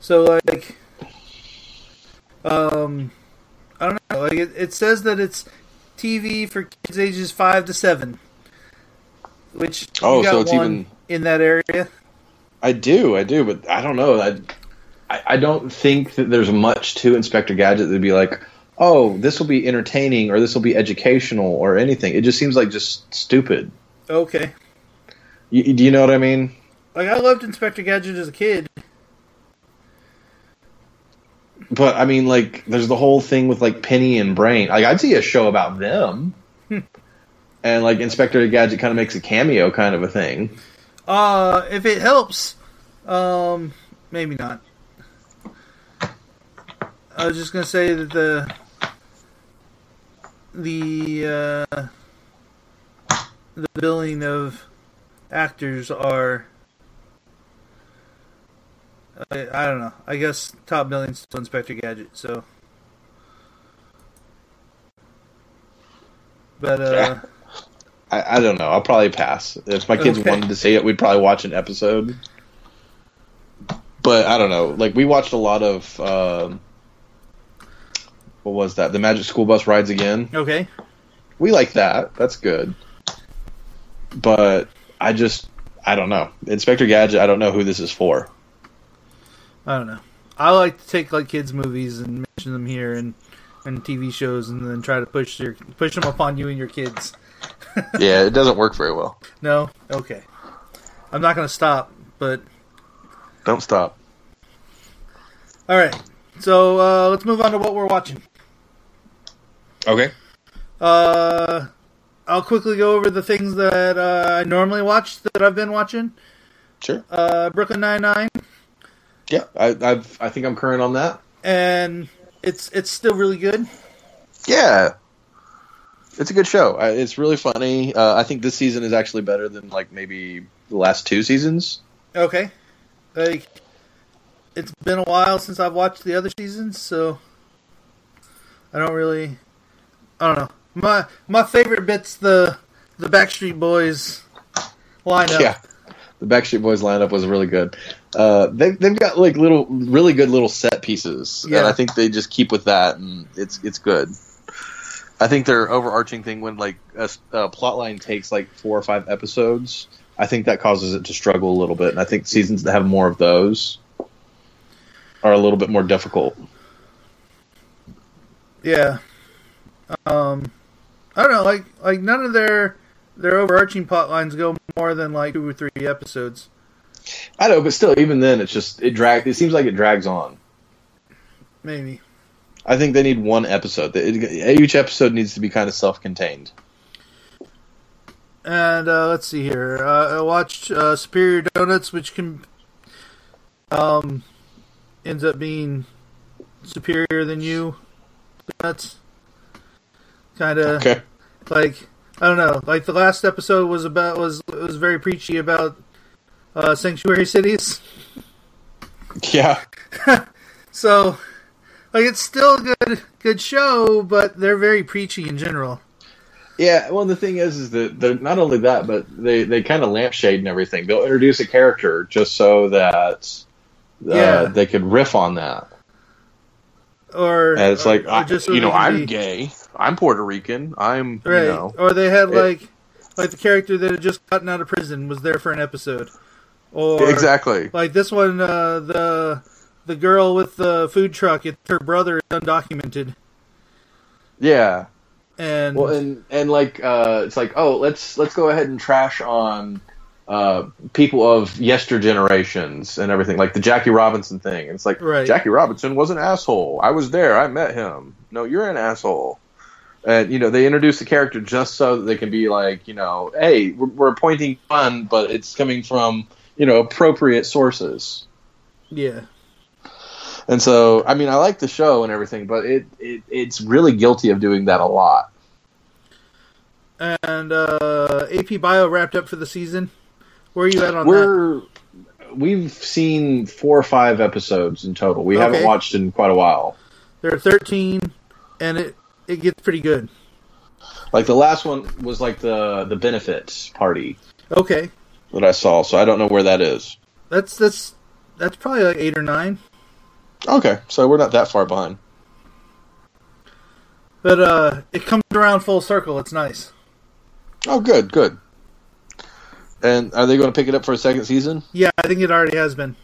Speaker 2: So like, um, I don't know. Like it, it says that it's TV for kids ages five to seven, which
Speaker 1: Oh,
Speaker 2: you got
Speaker 1: so it's
Speaker 2: one
Speaker 1: even-
Speaker 2: in that area.
Speaker 1: I do, I do, but I don't know. I, I, I don't think that there's much to Inspector Gadget that'd be like, oh, this will be entertaining, or this will be educational, or anything. It just seems like just stupid.
Speaker 2: Okay.
Speaker 1: You, you- do you know what I mean?
Speaker 2: Like I loved Inspector Gadget as a kid.
Speaker 1: But I mean, like, there's the whole thing with like Penny and Brain. Like, I'd see a show about them, and like Inspector Gadget kind of makes a cameo, kind of a thing.
Speaker 2: Uh, if it helps, um, maybe not. I was just gonna say that the the uh, the billing of actors are. I, I don't know. I guess top billing's still Inspector Gadget, so. But uh,
Speaker 1: I, I don't know. I'll probably pass. If my kids
Speaker 2: Okay.
Speaker 1: wanted to see it, we'd probably watch an episode. But I don't know. Like we watched a lot of um, what was that? The Magic School Bus rides again.
Speaker 2: okay,
Speaker 1: We like that. That's good. But I just I don't know. Inspector Gadget. I don't know who this is for.
Speaker 2: I don't know. I like to take like kids' movies and mention them here and and TV shows, and then try to push your push them upon you and your kids.
Speaker 1: yeah, it doesn't work very well.
Speaker 2: No, okay. I'm not gonna stop, but
Speaker 5: Don't stop.
Speaker 2: all right. So uh, let's move on to what we're watching.
Speaker 1: Okay.
Speaker 2: Uh, I'll quickly go over the things that uh, I normally watch that I've been watching.
Speaker 1: Sure.
Speaker 2: Uh, Brooklyn Nine Nine,
Speaker 1: yeah. I I've, I think I'm current on that.
Speaker 2: and it's it's still really good.
Speaker 1: Yeah. It's a good show. I, it's really funny. Uh, I think this season is actually better than like maybe the last two seasons.
Speaker 2: Okay, like it's been a while since I've watched the other seasons, so I don't really, I don't know. My my favorite bit's the the Backstreet Boys lineup.
Speaker 1: The Backstreet Boys lineup was really good. Uh, they, they've got like little, really good little set pieces, and
Speaker 2: Yeah.
Speaker 1: I think they just keep with that, and it's it's good. I think their overarching thing when like a, s- a plot line takes like four or five episodes, I think that causes it to struggle a little bit, and I think seasons that have more of those are a little bit more difficult.
Speaker 2: Yeah. Um, I don't know. Like like none of their their overarching plot lines go more than like two or three episodes.
Speaker 1: I know, but still, even then, it's just it drag. It seems like it drags on.
Speaker 2: Maybe.
Speaker 1: I think they need one episode. It- it- each episode needs to be kind of self-contained.
Speaker 2: And uh, let's see here. Uh, I watched uh, Superior Donuts, which can um ends up being superior than you. Donuts. Kind of
Speaker 1: Okay.
Speaker 2: like I don't know. Like the last episode was about was was very preachy about uh, sanctuary cities.
Speaker 1: Yeah.
Speaker 2: So like it's still a good good show, but they're very preachy in general.
Speaker 1: Yeah. Well, the thing is, is that they're not only that, but they they kind of lampshade and everything. They'll introduce a character just so that uh,
Speaker 2: Yeah.
Speaker 1: they could riff on that.
Speaker 2: Or
Speaker 1: And it's
Speaker 2: or-
Speaker 1: like,
Speaker 2: or
Speaker 1: I,
Speaker 2: just so
Speaker 1: you
Speaker 2: they
Speaker 1: know,
Speaker 2: can
Speaker 1: I'm
Speaker 2: be-
Speaker 1: gay. I'm Puerto Rican. I'm
Speaker 2: Right.
Speaker 1: you know.
Speaker 2: Or they had
Speaker 1: It-
Speaker 2: like like the character that had just gotten out of prison was there for an episode. Or
Speaker 5: Exactly.
Speaker 2: like this one, uh, the the girl with the food truck, it's her brother is undocumented.
Speaker 1: Yeah.
Speaker 2: And,
Speaker 1: Well, and and like uh, it's like oh let's let's go ahead and trash on uh, people of yester generations and everything like the Jackie Robinson thing. It's like
Speaker 2: Right.
Speaker 1: Jackie Robinson was an asshole. I was there. I met him. No, you're an asshole. And you know they introduce the character just so that they can be like you know hey we're, we're pointing fun but it's coming from you know appropriate sources.
Speaker 2: yeah.
Speaker 1: And so I mean I like the show and everything but it, it it's really guilty of doing that a lot.
Speaker 2: And uh, AP Bio wrapped up for the season. Where are you at on that?
Speaker 1: we're we've seen four or five episodes in total. We haven't
Speaker 2: Okay.
Speaker 1: watched in quite a while.
Speaker 2: There are thirteen, and it it gets pretty good.
Speaker 1: Like the last one was like the the benefits party
Speaker 2: Okay,
Speaker 1: that I saw, so I don't know where that is.
Speaker 2: that's that's that's probably like eight or nine.
Speaker 1: Okay, so we're not that far behind.
Speaker 2: But uh, it comes around full circle. It's nice.
Speaker 1: Oh, good, good. And are they going to pick it up for a second season?
Speaker 2: Yeah, I think it already has been.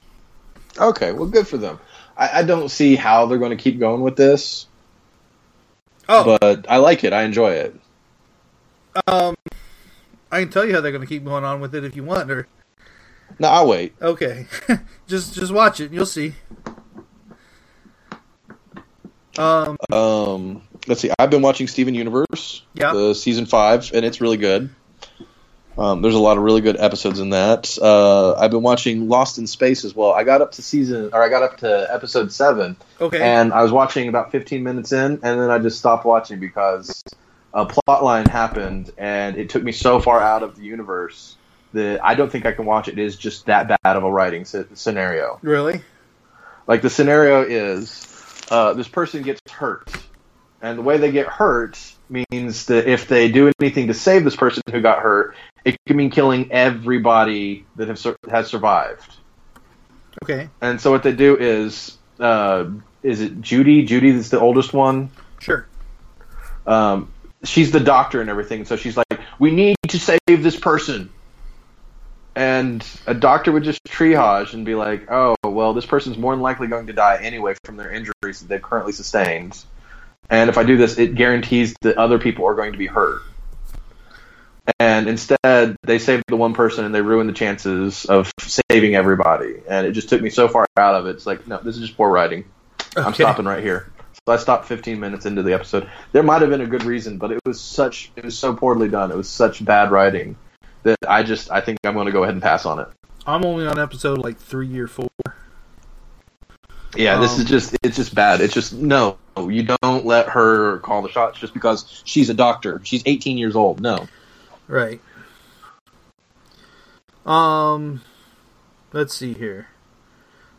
Speaker 1: Okay, well, good for them. I, I don't see how they're going to keep going with this,
Speaker 2: Oh,
Speaker 1: but I like it. I enjoy it.
Speaker 2: um, I can tell you how they're going to keep going on with it if you want. Or
Speaker 1: No, I'll wait.
Speaker 2: okay, just just watch it. You'll see. Um,
Speaker 1: Um, let's see. I've been watching Steven Universe,
Speaker 2: Yeah.
Speaker 1: the season five, and it's really good. Um, there's a lot of really good episodes in that. Uh, I've been watching Lost in Space as well. I got up to season, or I got up to episode seven,
Speaker 2: okay.
Speaker 1: and I was watching about 15 minutes in, and then I just stopped watching because a plot line happened, and it took me so far out of the universe that I don't think I can watch it. It is just that bad of a writing sce- scenario.
Speaker 2: really?
Speaker 1: Like the scenario is, uh, this person gets hurt, and the way they get hurt means that if they do anything to save this person who got hurt, it could mean killing everybody that have sur- has survived.
Speaker 2: Okay.
Speaker 1: And so what they do is, uh, is it Judy? Judy is the oldest one.
Speaker 2: Sure.
Speaker 1: Um, she's the doctor and everything. So she's like, "We need to save this person." And a doctor would just triage and be like, "Oh, well, this person's more than likely going to die anyway from their injuries that they've currently sustained." And if I do this, it guarantees that other people are going to be hurt. And instead, they save the one person and they ruin the chances of saving everybody. And it just took me so far out of it. It's like, no, this is just poor writing. I'm
Speaker 2: Okay.
Speaker 1: stopping right here. So I stopped 15 minutes into the episode. There might have been a good reason, but it was such it was so poorly done. It was such bad writing that I just I think I'm going to go ahead and pass on it.
Speaker 2: I'm only on episode like three or four.
Speaker 1: Yeah, this
Speaker 2: Um,
Speaker 1: is just it's just bad. It's just no, you don't let her call the shots just because she's a doctor. She's 18 years old. No.
Speaker 2: Right. Um, let's see here.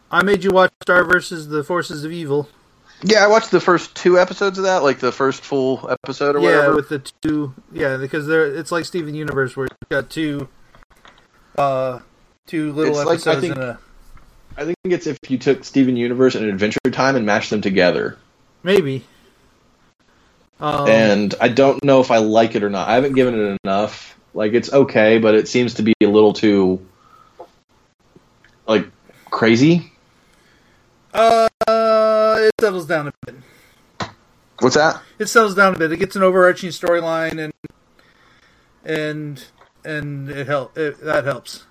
Speaker 2: I made you watch Star versus the Forces of Evil.
Speaker 1: Yeah, I watched the first two episodes of that, like the first full episode or
Speaker 2: yeah,
Speaker 1: whatever.
Speaker 2: with the two. Yeah, because they're it's like Steven Universe where it's got two, uh, two little
Speaker 1: It's like, I
Speaker 2: episodes
Speaker 1: think-
Speaker 2: in a
Speaker 1: I think it's if you took Steven Universe and Adventure Time and mashed them together.
Speaker 2: maybe. Um,
Speaker 1: and I don't know if I like it or not. I haven't given it enough. Like it's okay, but it seems to be a little too like crazy.
Speaker 2: uh, it settles down a bit.
Speaker 1: What's that?
Speaker 2: It settles down a bit. It gets an overarching storyline and and and it help it, that helps.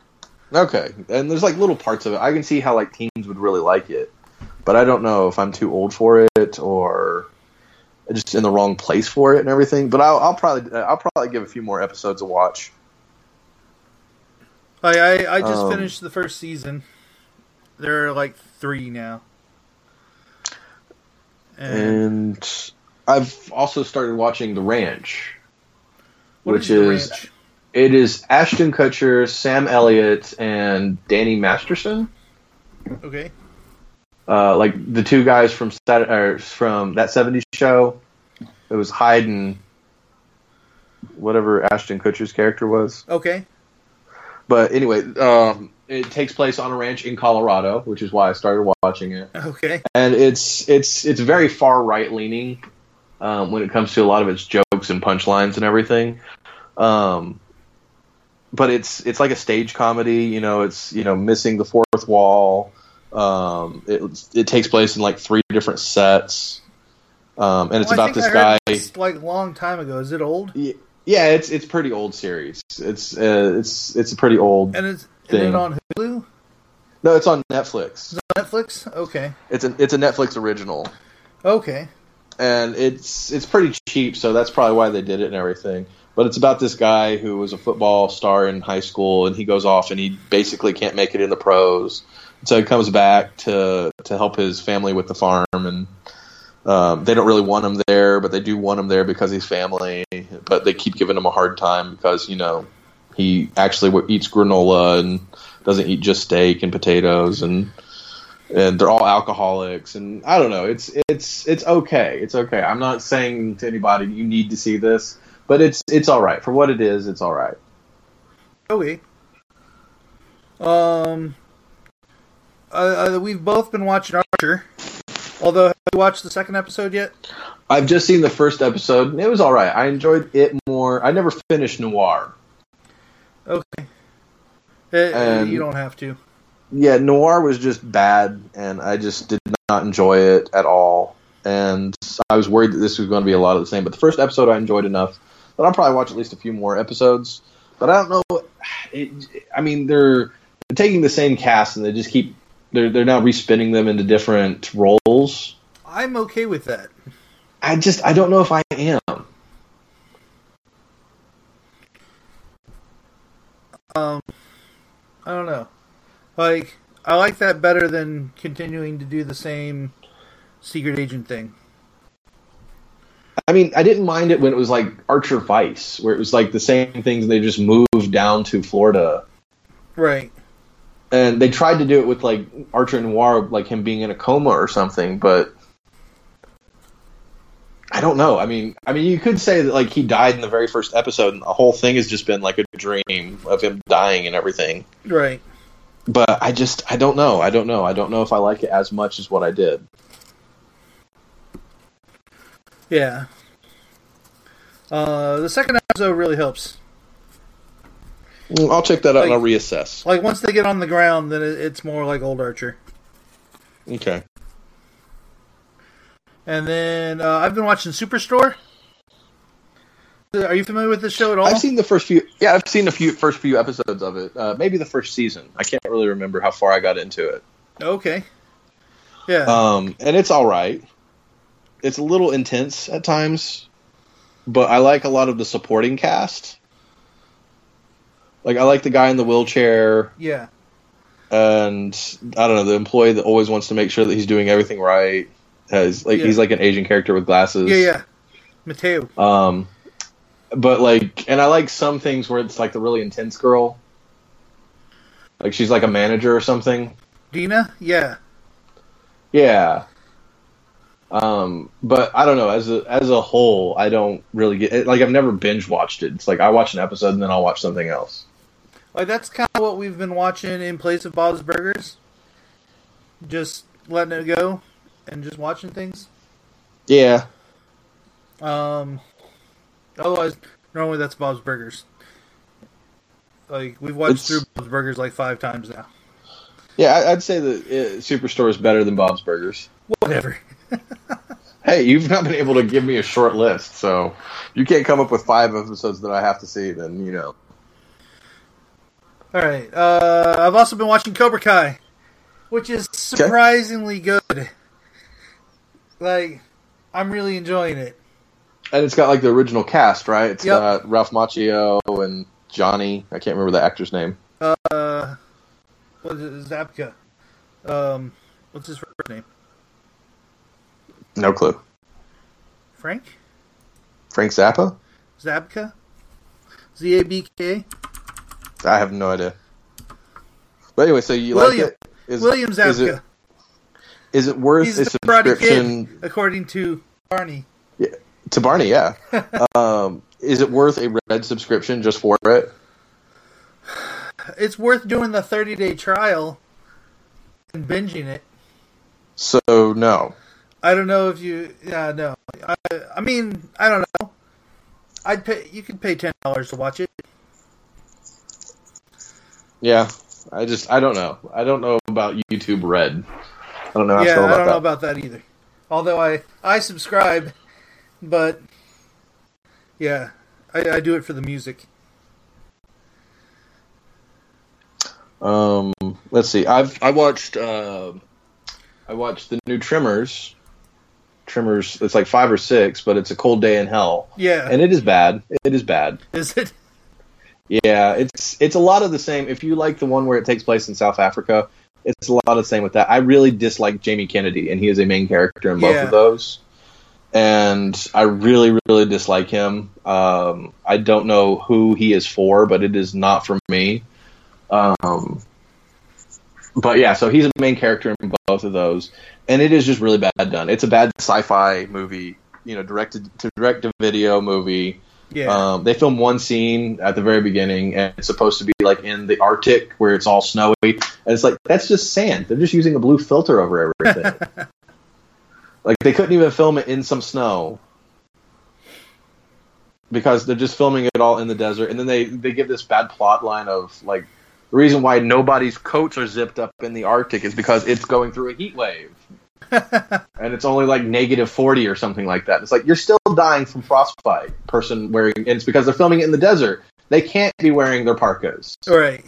Speaker 1: Okay. And there's like little parts of it. I can see how like teens would really like it. But I don't know if I'm too old for it or just in the wrong place for it and everything. But I'll, I'll probably I'll probably give a few more episodes a watch.
Speaker 2: Like I, I just
Speaker 1: Um,
Speaker 2: finished the first season. There are like three now.
Speaker 1: Mm,
Speaker 2: And
Speaker 1: And I've also started watching The Ranch,
Speaker 2: what
Speaker 1: which
Speaker 2: The
Speaker 1: is
Speaker 2: Ranch?
Speaker 1: It is Ashton Kutcher, Sam Elliott, and Danny Masterson,
Speaker 2: okay.
Speaker 1: uh, like the two guys from Sat- or from that '70s show. It was Hyde and whatever Ashton Kutcher's character was.
Speaker 2: Okay.
Speaker 1: But anyway, um, it takes place on a ranch in Colorado, which is why I started watching it.
Speaker 2: Okay.
Speaker 1: And it's it's it's very far right leaning um, when it comes to a lot of its jokes and punchlines and everything. Um, but it's it's like a stage comedy. You know, it's you know missing the fourth wall. Um, it it takes place in like three different sets, um, and it's
Speaker 2: Well, Oh, I
Speaker 1: about
Speaker 2: think
Speaker 1: this
Speaker 2: I heard
Speaker 1: guy.
Speaker 2: It's like long time ago. Is it old?
Speaker 1: Y- Yeah, it's it's pretty old series. It's uh, it's it's a pretty old.
Speaker 2: And it's is it
Speaker 1: Thing.
Speaker 2: on Hulu?
Speaker 1: No, it's on Netflix.
Speaker 2: Is it on Netflix? Okay.
Speaker 1: It's a it's a Netflix original.
Speaker 2: Okay.
Speaker 1: and it's it's pretty cheap, so that's probably why they did it and everything. But it's about this guy who was a football star in high school, and he goes off and he basically can't make it in the pros. So he comes back to to help his family with the farm, and um, they don't really want him there, but they do want him there because he's family. But they keep giving him a hard time because you know He actually w- eats granola and doesn't eat just steak and potatoes and and they're all alcoholics and I don't know. It's it's it's okay. It's okay. I'm not saying to anybody you need to see this, but it's it's all right for what it is. It's all right.
Speaker 2: Joey. Um, uh, uh, we've both been watching Archer. Although, have you watched the second episode yet?
Speaker 1: I've just seen the first episode. and It was all right. I enjoyed it more. I never finished Noir.
Speaker 2: Okay. Eh,
Speaker 1: Um,
Speaker 2: you don't have to.
Speaker 1: Yeah, Noir was just bad, and I just did not enjoy it at all. And I was worried that this was going to be a lot of the same. But the first episode I enjoyed enough, but I'll probably watch at least a few more episodes. But I don't know. It, I mean, they're taking the same cast, and they just keep they're they're now respinning them into different roles.
Speaker 2: I'm okay with that.
Speaker 1: I just I don't know if I am.
Speaker 2: Um, I don't know. Like, I like that better than continuing to do the same secret agent thing.
Speaker 1: I mean, I didn't mind it when it was like Archer Vice, where it was like the same things. They just moved down to Florida,
Speaker 2: Right.
Speaker 1: and they tried to do it with like Archer Noir, like him being in a coma or something. But I don't know. I mean, I mean, you could say that like he died in the very first episode, and the whole thing has just been like a dream of him dying and everything.
Speaker 2: Right.
Speaker 1: But I just, I don't know. I don't know. I don't know if I like it as much as what I did.
Speaker 2: Yeah. Uh, the second episode really helps.
Speaker 1: Mm, I'll check that out and
Speaker 2: Like-
Speaker 1: I'll reassess.
Speaker 2: Like, once they get on the ground, then it, it's more like old Archer.
Speaker 1: Okay.
Speaker 2: And then uh, I've been watching Superstore. Uh, Are you familiar with this show at all?
Speaker 1: I've seen the first few. Yeah, I've seen a few first few episodes of it. Uh, maybe the first season. I can't really remember how far I got into it.
Speaker 2: okay. Yeah.
Speaker 1: Um, and it's all right. It's a little intense at times, but I like a lot of the supporting cast. Like I like the guy in the wheelchair,
Speaker 2: yeah.
Speaker 1: and I don't know the employee that always wants to make sure that he's doing everything right. Has like
Speaker 2: Yeah.
Speaker 1: he's like an Asian character with glasses.
Speaker 2: Yeah, yeah. Mateo.
Speaker 1: Um, but like, and I like some things where it's like the really intense girl, like she's like a manager or something.
Speaker 2: Dina? Yeah.
Speaker 1: Yeah. Um, but I don't know. As a as a whole, I don't really get it. like I've never binge watched it. It's like I watch an episode and then I'll watch something else.
Speaker 2: Like that's kind of what we've been watching in place of Bob's Burgers. Just letting it go and just watching things.
Speaker 1: Yeah.
Speaker 2: Um, otherwise, normally that's Bob's Burgers. Like we've watched
Speaker 1: It's-
Speaker 2: through Bob's Burgers like five times now.
Speaker 1: Yeah, I, I'd say that uh, Superstore is better than Bob's Burgers.
Speaker 2: Whatever.
Speaker 1: Hey, you've not been able to give me a short list, so you can't come up with five episodes that I have to see. Then you know.
Speaker 2: All right. Uh, I've also been watching Cobra Kai, which is surprisingly good. Like, I'm really enjoying it.
Speaker 1: And it's got like the original cast, right? It's
Speaker 2: Yep.
Speaker 1: got Ralph Macchio and Johnny. I can't remember the actor's name.
Speaker 2: Uh, what is it? Zapka. Um, what's his first name?
Speaker 1: No clue.
Speaker 2: Frank?
Speaker 1: Frank Zappa?
Speaker 2: Zabka? Z A B K?
Speaker 1: I have no idea. But anyway, so you
Speaker 2: William-
Speaker 1: like it? Is,
Speaker 2: William Zabka.
Speaker 1: Is it, is it worth
Speaker 2: He's
Speaker 1: a
Speaker 2: the Karate
Speaker 1: subscription
Speaker 2: Kid, according to Barney.
Speaker 1: to Barney? Yeah. um, is it worth a red subscription just for it?
Speaker 2: It's worth doing the 30 day trial and binging it.
Speaker 1: So no.
Speaker 2: I don't know if you. Yeah, no. I, I mean, I don't know. I'd pay. You could pay ten dollars to watch it.
Speaker 1: Yeah. I just I don't know. I don't know about YouTube Red. I don't know how I
Speaker 2: yeah,
Speaker 1: feel
Speaker 2: I
Speaker 1: about
Speaker 2: don't
Speaker 1: that.
Speaker 2: know about that either. Although I I subscribe, but yeah, I, I do it for the music.
Speaker 1: Um, let's see. I've I watched uh, I watched the new Trimmers. Trimmers. It's like five or six, but it's a cold day in hell,
Speaker 2: Yeah,
Speaker 1: and it is bad. It is bad.
Speaker 2: is it?
Speaker 1: Yeah, it's it's a lot of the same. If you like the one where it takes place in South Africa, it's a lot of the same with that. I really dislike Jamie Kennedy, and he is a main character in both
Speaker 2: Yeah.
Speaker 1: of those. and I really, really dislike him. Um, I don't know who he is for, but it is not for me. Um, but yeah, so he's a main character in both of those, and it is just really bad done. It's a bad sci-fi movie, you know, directed to direct to video movie.
Speaker 2: Yeah.
Speaker 1: Um, they film one scene at the very beginning, and it's supposed to be like in the Arctic where it's all snowy, and it's like that's just sand. They're just using a blue filter over everything. like they couldn't even film it in some snow because they're just filming it all in the desert, and then they they give this bad plot line of like the reason why nobody's coats are zipped up in the Arctic is because it's going through a heat wave. and it's only like negative 40 or something like that. It's like you're still dying from frostbite, person wearing, and it's because they're filming it in the desert. They can't be wearing their parkas.
Speaker 2: All right.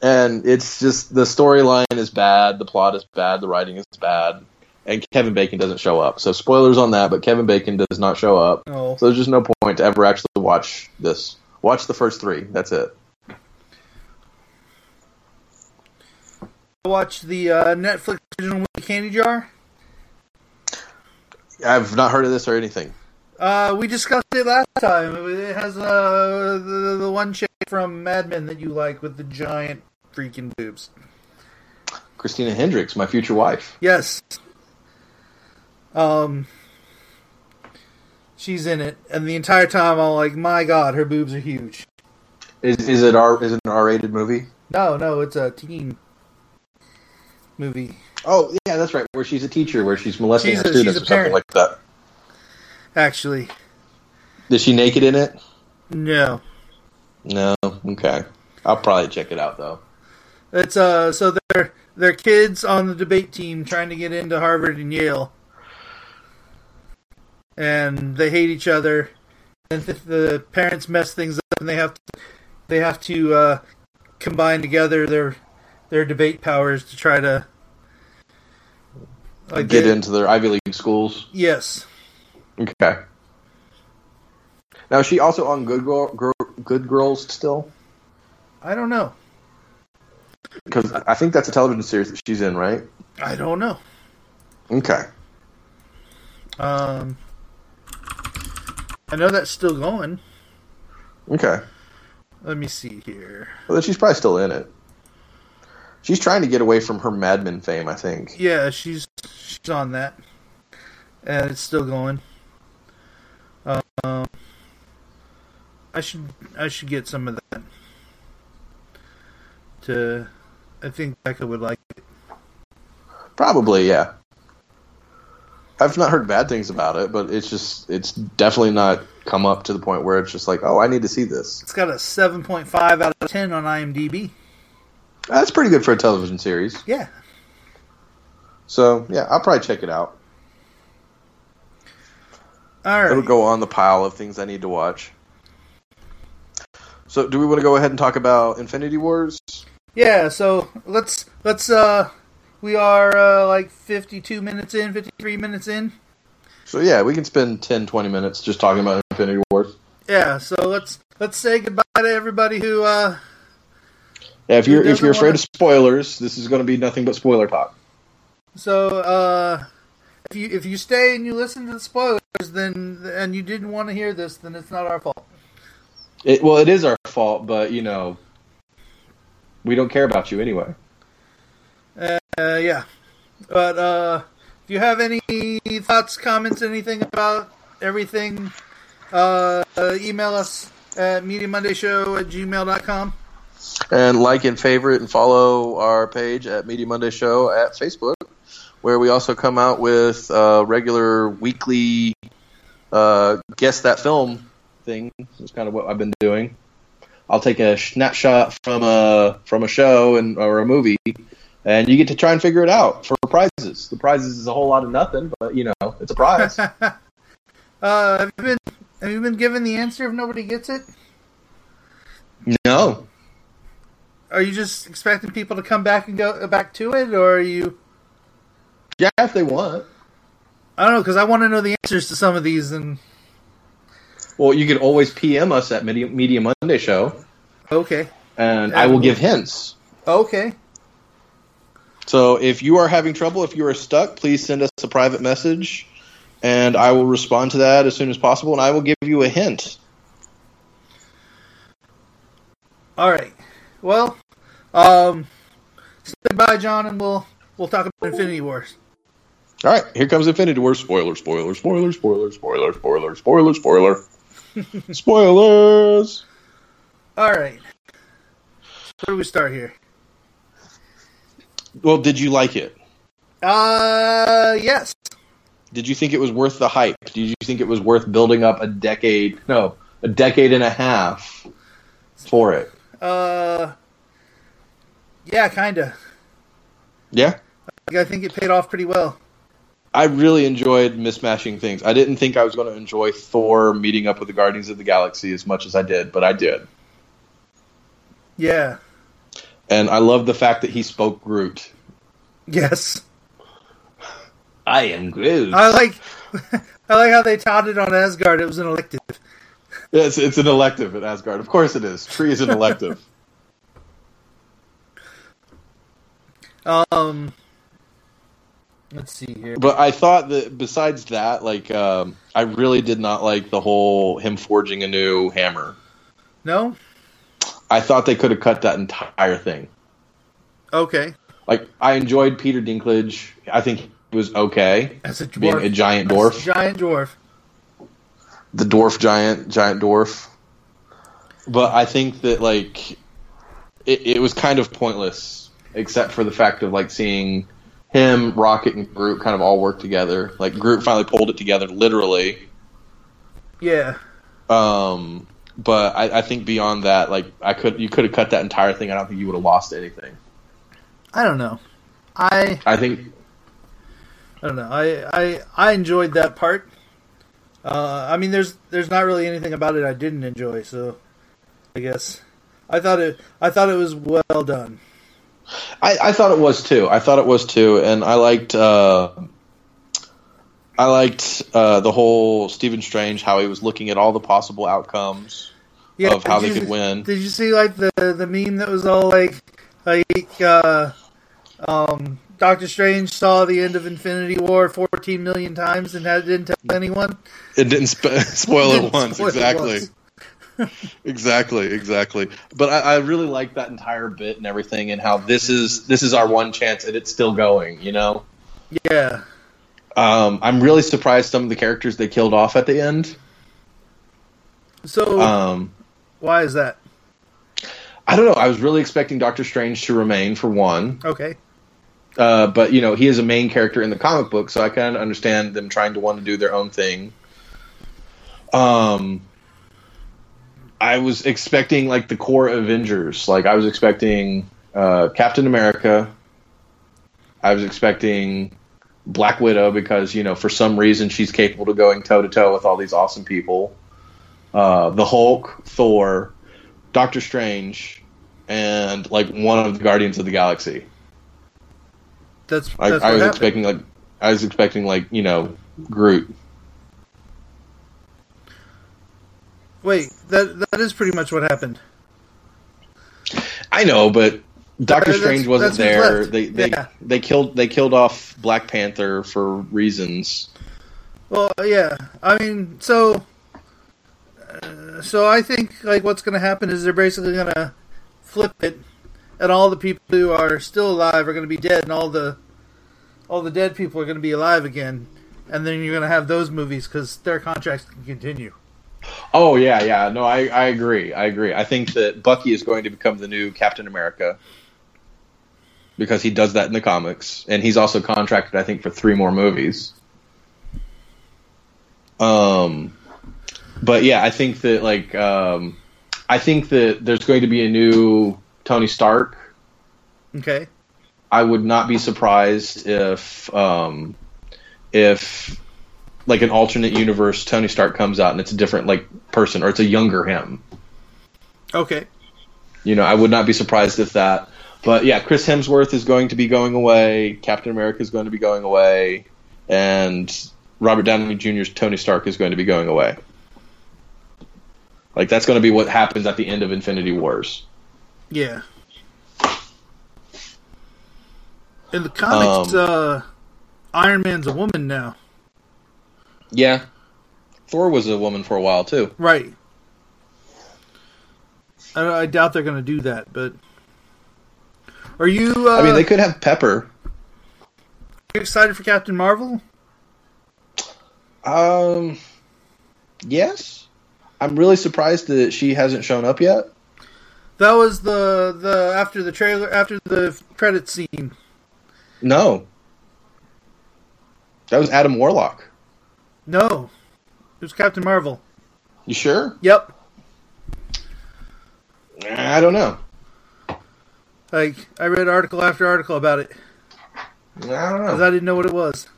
Speaker 1: And it's just the storyline is bad, the plot is bad, the writing is bad, and Kevin Bacon doesn't show up. So, spoilers on that, but Kevin Bacon does not show up.
Speaker 2: Oh.
Speaker 1: So, there's just no point to ever actually watch this. Watch the first three. That's it.
Speaker 2: I watched the uh, Netflix original movie Candy Jar.
Speaker 1: I've not heard of this or anything.
Speaker 2: Uh, we discussed it last time. It has uh, the, the one chick from Mad Men that you like with the giant freaking boobs.
Speaker 1: Christina Hendricks, my future wife.
Speaker 2: Yes. Um, she's in it, and the entire time I'm like, my god, her boobs are huge.
Speaker 1: Is is it R? Is it an R-rated movie?
Speaker 2: No, no, it's a teen movie.
Speaker 1: Oh yeah, that's right. Where she's a teacher, where she's molesting
Speaker 2: She's
Speaker 1: her
Speaker 2: a-
Speaker 1: students
Speaker 2: she's a
Speaker 1: or something
Speaker 2: parent.
Speaker 1: like that.
Speaker 2: Actually,
Speaker 1: Is she naked in it?
Speaker 2: no,
Speaker 1: No. Okay. I'll probably check it out though.
Speaker 2: it's uh, so they're they're kids on the debate team trying to get into Harvard and Yale, and they hate each other, and th- the parents mess things up, and they have to they have to uh, combine together their their debate powers to try to uh,
Speaker 1: Get into their Ivy League schools.
Speaker 2: Yes.
Speaker 1: Okay. Now is she also on Good Girl, Girl, Good Girls still?
Speaker 2: I don't know.
Speaker 1: Because I think that's a television series that she's in, right?
Speaker 2: I don't know.
Speaker 1: Okay.
Speaker 2: Um, I know that's still going.
Speaker 1: Okay.
Speaker 2: Let me see here.
Speaker 1: Well, then she's probably still in it. She's trying to get away from her Mad Men fame, I think.
Speaker 2: Yeah, she's she's on that, and it's still going. Um, I should I should get some of that. To, I think Becca would like it.
Speaker 1: Probably, yeah. I've not heard bad things about it, but it's just it's definitely not come up to the point where it's just like, oh, I need to see this.
Speaker 2: It's got a seven point five out of ten on IMDb.
Speaker 1: That's pretty good for a television series.
Speaker 2: Yeah,
Speaker 1: So yeah, I'll probably check it out.
Speaker 2: all
Speaker 1: It'll
Speaker 2: right.
Speaker 1: go on the pile of things I need to watch. So do we want to go ahead and talk about Infinity Wars?
Speaker 2: Yeah, so let's let's uh we are uh like 52 minutes in, 53 minutes in.
Speaker 1: So yeah, we can spend 10, 20 minutes just talking about Infinity Wars.
Speaker 2: Yeah, so let's let's say goodbye to everybody who uh
Speaker 1: Yeah, if
Speaker 2: Who
Speaker 1: you're if you're
Speaker 2: doesn't
Speaker 1: afraid
Speaker 2: wanna-
Speaker 1: of spoilers, this is going to be nothing but spoiler talk.
Speaker 2: so uh if you if you stay and you listen to the spoilers then and you didn't want to hear this then it's not our fault.
Speaker 1: It, well, it is our fault, but you know, we don't care about you anyway.
Speaker 2: Uh yeah. But uh if you have any thoughts, comments, anything about everything uh, uh email us at mediamondayshow at gmail.com.
Speaker 1: and like and favorite and follow our page at Media Monday Show at Facebook, where we also come out with uh, regular weekly uh, guess that film thing. This is kind of what I've been doing. I'll take a snapshot from a from a show and or a movie, and you get to try and figure it out for prizes. The prizes is a whole lot of nothing, but you know it's a prize.
Speaker 2: Uh, have you been have you been given the answer if nobody gets it?
Speaker 1: no,
Speaker 2: Are you just expecting people to come back and go back to it, or are you?
Speaker 1: yeah, if they want.
Speaker 2: I don't know because I want to know the answers to some of these. And
Speaker 1: Well, you can always PM us at Media, Media Monday Show,
Speaker 2: okay,
Speaker 1: and I will give hints.
Speaker 2: okay,
Speaker 1: So if you are having trouble, if you are stuck, please send us a private message and I will respond to that as soon as possible, and I will give you a hint.
Speaker 2: All right. Well, um, stand by, John, and we'll we'll talk about Infinity Wars.
Speaker 1: All right, here comes Infinity War. Spoiler, spoiler, spoiler, spoiler, spoiler, spoiler, spoiler, spoiler. Spoilers!
Speaker 2: All right. Where do we start here?
Speaker 1: Well, did you like it?
Speaker 2: Uh, yes.
Speaker 1: Did you think it was worth the hype? Did you think it was worth building up a decade? No,
Speaker 6: A decade and a half for it.
Speaker 2: Uh, yeah, kinda.
Speaker 1: Yeah?
Speaker 2: Like, I think it paid off pretty well.
Speaker 1: I really enjoyed mismashing things. I didn't think I was going to enjoy Thor meeting up with the Guardians of the Galaxy as much as I did, but I did.
Speaker 2: Yeah.
Speaker 1: And I love the fact that he spoke Groot.
Speaker 2: Yes.
Speaker 6: I am Groot.
Speaker 2: I like. I like how they touted on Asgard. It was an elective.
Speaker 1: It's, it's an elective at Asgard. Of course it is. Tree is an elective.
Speaker 2: Um, let's see here.
Speaker 1: but I thought that besides that, like, um, I really did not like the whole him forging a new hammer.
Speaker 2: No.
Speaker 1: I thought they could have cut that entire thing.
Speaker 2: Okay.
Speaker 1: Like, I enjoyed Peter Dinklage. I think he was okay
Speaker 2: That's a dwarf.
Speaker 1: being a giant
Speaker 2: That's
Speaker 1: dwarf.
Speaker 2: a giant dwarf.
Speaker 1: the dwarf giant, giant dwarf. But I think that like it, it was kind of pointless, except for the fact of like seeing him, Rocket, and Groot kind of all work together. Like Groot finally pulled it together, literally.
Speaker 2: Yeah.
Speaker 1: Um, but I, I think beyond that, like I could you could have cut that entire thing. I don't think you would have lost anything.
Speaker 2: I don't know. I
Speaker 1: I think
Speaker 2: I don't know. I I I enjoyed that part. Uh, I mean, there's there's not really anything about it I didn't enjoy. So I guess I thought it I thought it was well done.
Speaker 1: I, I thought it was too. I thought it was too, and I liked uh, I liked uh, the whole Stephen Strange how he was looking at all the possible outcomes
Speaker 2: Yeah.
Speaker 1: of how
Speaker 2: did
Speaker 1: they
Speaker 2: you-
Speaker 1: could win.
Speaker 2: Did you see like the the meme that was all like like uh, um Doctor Strange saw the end of Infinity War 14 million times and had, didn't tell anyone.
Speaker 1: It didn't sp- spoil
Speaker 2: Didn't
Speaker 1: it once,
Speaker 2: spoil it
Speaker 1: exactly,
Speaker 2: once.
Speaker 1: exactly, exactly. But I, I really liked that entire bit and everything, and how this is this is our one chance, and it's still going. You know,
Speaker 2: Yeah.
Speaker 1: um, I'm really surprised some of the characters they killed off at the end.
Speaker 2: So
Speaker 1: Um,
Speaker 2: why is that?
Speaker 1: I don't know. I was really expecting Doctor Strange to remain for one.
Speaker 2: Okay.
Speaker 1: Uh, but you know he is a main character in the comic book, so I kind of understand them trying to want to do their own thing. Um, I was expecting like the core Avengers, like I was expecting uh, Captain America. I was expecting Black Widow because you know for some reason she's capable of going toe to toe with all these awesome people. Uh, the Hulk, Thor, Doctor Strange, and like one of the Guardians of the Galaxy.
Speaker 2: That's
Speaker 1: I,
Speaker 2: that's
Speaker 1: I
Speaker 2: what
Speaker 1: was
Speaker 2: happened.
Speaker 1: expecting like I was expecting like you know Groot.
Speaker 2: Wait, that that is pretty much what happened.
Speaker 1: I know, but Doctor
Speaker 2: that's-
Speaker 1: Strange wasn't
Speaker 2: that's who's
Speaker 1: there.
Speaker 2: left.
Speaker 1: They they,
Speaker 2: Yeah.
Speaker 1: they killed they killed off Black Panther for reasons.
Speaker 2: Well, yeah. I mean, so uh, so I think like what's going to happen is they're basically going to flip it, and all the people who are still alive are going to be dead, and all the all the dead people are going to be alive again, and then you're going to have those movies because their contracts can continue.
Speaker 1: Oh yeah, yeah. No, I, I agree. I agree. I think that Bucky is going to become the new Captain America because he does that in the comics, and he's also contracted, I think, for three more movies. Um, but yeah, I think that like um, I think that there's going to be a new Tony Stark.
Speaker 2: Okay.
Speaker 1: I would not be surprised if um, if like an alternate universe Tony Stark comes out and it's a different like person or it's a younger him.
Speaker 2: Okay.
Speaker 1: You know, I would not be surprised if that. But yeah, Chris Hemsworth is going to be going away. Captain America is going to be going away, and Robert Downey Jr.'s Tony Stark is going to be going away. Like that's going to be what happens at the end of Infinity Wars.
Speaker 2: Yeah. In the comics,
Speaker 1: Um,
Speaker 2: uh, Iron Man's a woman now.
Speaker 1: Yeah. Thor was a woman for a while too.
Speaker 2: Right. I, I doubt they're going to do that, but are you? Uh,
Speaker 1: I mean, they could have Pepper.
Speaker 2: you excited for Captain Marvel?
Speaker 1: Um, yes. I'm really surprised that she hasn't shown up yet.
Speaker 2: That was the the after the trailer after the credit scene.
Speaker 1: No. That was Adam Warlock.
Speaker 2: No, it was Captain Marvel.
Speaker 1: You sure?
Speaker 2: Yep.
Speaker 1: I don't know.
Speaker 2: Like I read article after article about it
Speaker 1: I don't know.
Speaker 2: because I didn't know what it was.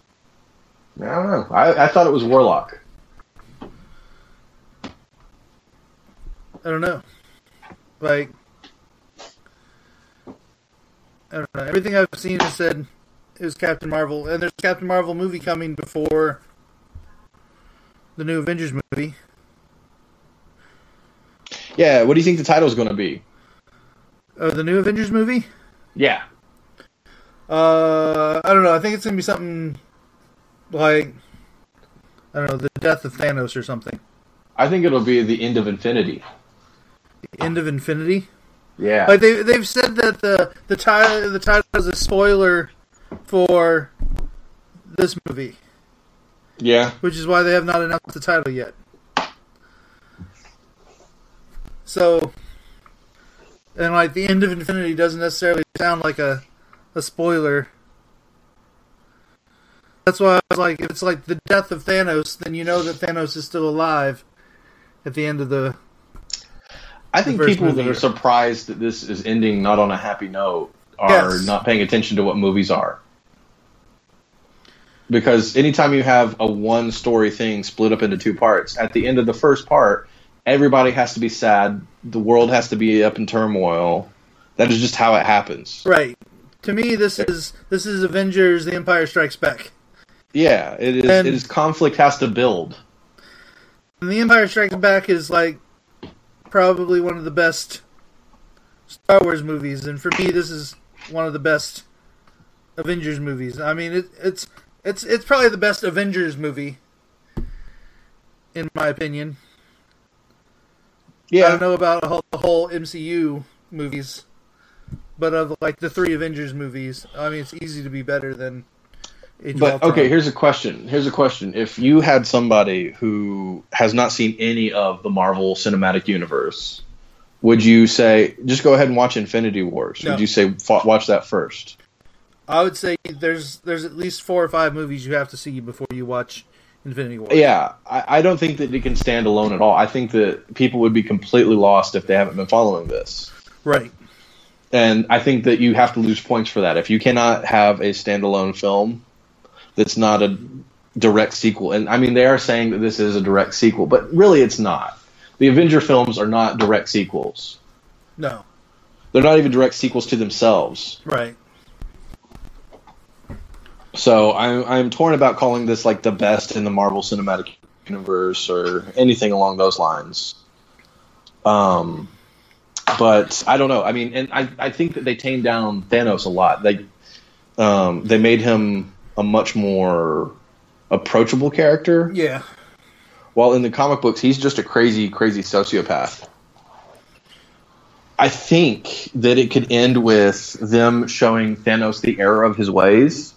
Speaker 1: I don't know. I, I thought it was Warlock.
Speaker 2: I don't know. Like I don't know. Everything I've seen has said is Captain Marvel, and there's a Captain Marvel movie coming before the new Avengers movie.
Speaker 1: Yeah. What do you think the title's going to be?
Speaker 2: Oh, the new Avengers movie?
Speaker 1: Yeah.
Speaker 2: Uh, I don't know. I think it's gonna be something like I don't know, the death of Thanos or something.
Speaker 1: I think it'll be the end of Infinity.
Speaker 2: The end of Infinity.
Speaker 1: Yeah.
Speaker 2: Like they they've said that the the title the title is a spoiler for this movie,
Speaker 1: yeah.
Speaker 2: which is why they have not announced the title yet. So, and like the end of Infinity doesn't necessarily sound like a a spoiler. That's why I was like, if it's like the death of Thanos, then you know that Thanos is still alive at the end of the
Speaker 1: I think
Speaker 2: The first
Speaker 1: people that
Speaker 2: movie.
Speaker 1: are surprised that this is ending not on a happy note are
Speaker 2: Yes.
Speaker 1: not paying attention to what movies are. Because anytime you have a one story thing split up into two parts, at the end of the first part, everybody has to be sad, the world has to be up in turmoil. That is just how it happens.
Speaker 2: Right. To me, this is this is Avengers: The Empire Strikes Back.
Speaker 1: Yeah, it is,
Speaker 2: And-
Speaker 1: it is conflict has to build.
Speaker 2: And the Empire Strikes Back is like probably one of the best Star Wars movies, and for me, this is one of the best Avengers movies. I mean, it, it's it's it's probably the best Avengers movie, in my opinion. I
Speaker 1: Yeah.
Speaker 2: don't know about the whole, the whole MCU movies, but of like the three Avengers movies, I mean, it's easy to be better than. Age of
Speaker 1: But
Speaker 2: Ultron.
Speaker 1: okay, here's a question. Here's a question. If you had somebody who has not seen any of the Marvel Cinematic Universe, would you say just go ahead and watch Infinity Wars?
Speaker 2: No.
Speaker 1: Would you say fa- watch that first?
Speaker 2: I would say there's there's at least four or five movies you have to see before you watch Infinity War.
Speaker 1: Yeah, I, I don't think that it can stand alone at all. I think that people would be completely lost if they haven't been following this.
Speaker 2: Right.
Speaker 1: And I think that you have to lose points for that. If you cannot have a standalone film that's not a direct sequel, and I mean, they are saying that this is a direct sequel, but really it's not. The Avenger films are not direct sequels,
Speaker 2: No.
Speaker 1: they're not even direct sequels to themselves.
Speaker 2: Right.
Speaker 1: So I'm, I'm torn about calling this like the best in the Marvel Cinematic Universe or anything along those lines. Um, but I don't know. I mean, and I, I think that they tamed down Thanos a lot. They um, they made him a much more approachable character.
Speaker 2: Yeah.
Speaker 1: While in the comic books, he's just a crazy, crazy sociopath. I think that it could end with them showing Thanos the error of his ways,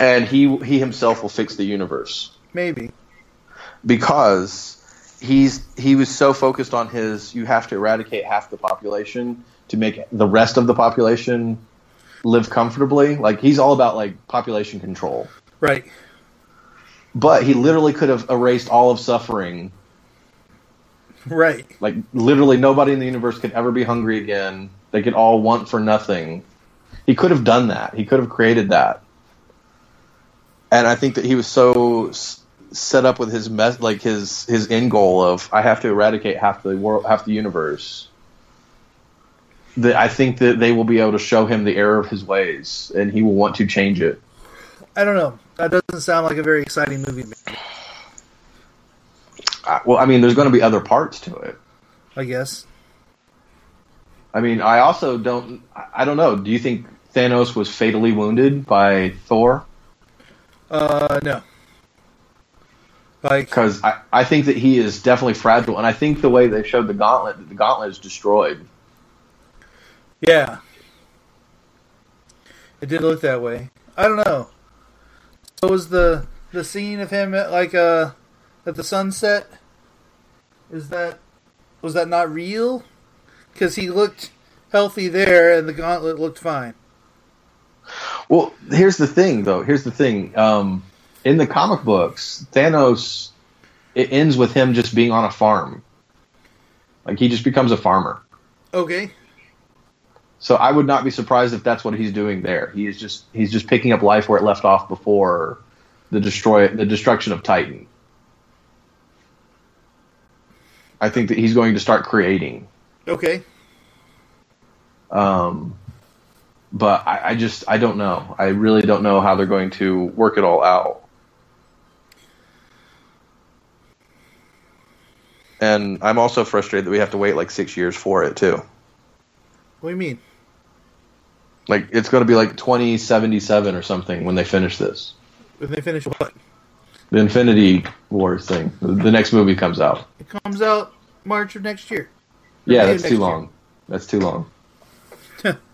Speaker 1: and he he himself will fix the universe
Speaker 2: Maybe.
Speaker 1: because he's he was so focused on his you have to eradicate half the population to make the rest of the population live comfortably. Like he's all about like population control
Speaker 2: Right.
Speaker 1: but he literally could have erased all of suffering.
Speaker 2: Right.
Speaker 1: Like literally, nobody in the universe could ever be hungry again. They could all want for nothing. He could have done that. He could have created that. And I think that he was so s- set up with his mes- like his his end goal of I have to eradicate half the world, half the universe. That I think that they will be able to show him the error of his ways, and he will want to change it.
Speaker 2: I don't know. That doesn't sound like a very exciting movie. to me,
Speaker 1: I, well, I mean, there's going to be other parts to it.
Speaker 2: I guess.
Speaker 1: I mean, I also don't. I don't know. Do you think Thanos was fatally wounded by Thor?
Speaker 2: Uh, no. Like,
Speaker 1: because I, I think that he is definitely fragile, and I think the way they showed the gauntlet, that the gauntlet is destroyed.
Speaker 2: yeah, it did look that way. I don't know. So was the the scene of him at like uh at the sunset? Is that was that not real? Because he looked healthy there, and the gauntlet looked fine.
Speaker 1: Well, here's the thing, though. Here's the thing. Um, in the comic books, Thanos it ends with him just being on a farm. Like he just becomes a farmer.
Speaker 2: Okay.
Speaker 1: So I would not be surprised if that's what he's doing there. He is just he's just picking up life where it left off before the destroy the destruction of Titan. I think that he's going to start creating.
Speaker 2: Okay.
Speaker 1: Um, but I, I just I don't know. I really don't know how they're going to work it all out. And I'm also frustrated that we have to wait like six years for it too.
Speaker 2: What do you mean?
Speaker 1: Like it's going to be like 2077 or something when they finish this,
Speaker 2: When they finish what?
Speaker 1: the Infinity Wars thing. The next movie comes out.
Speaker 2: It comes out March of next year.
Speaker 1: Yeah,
Speaker 2: Maybe
Speaker 1: that's
Speaker 2: next
Speaker 1: too long. That's too long.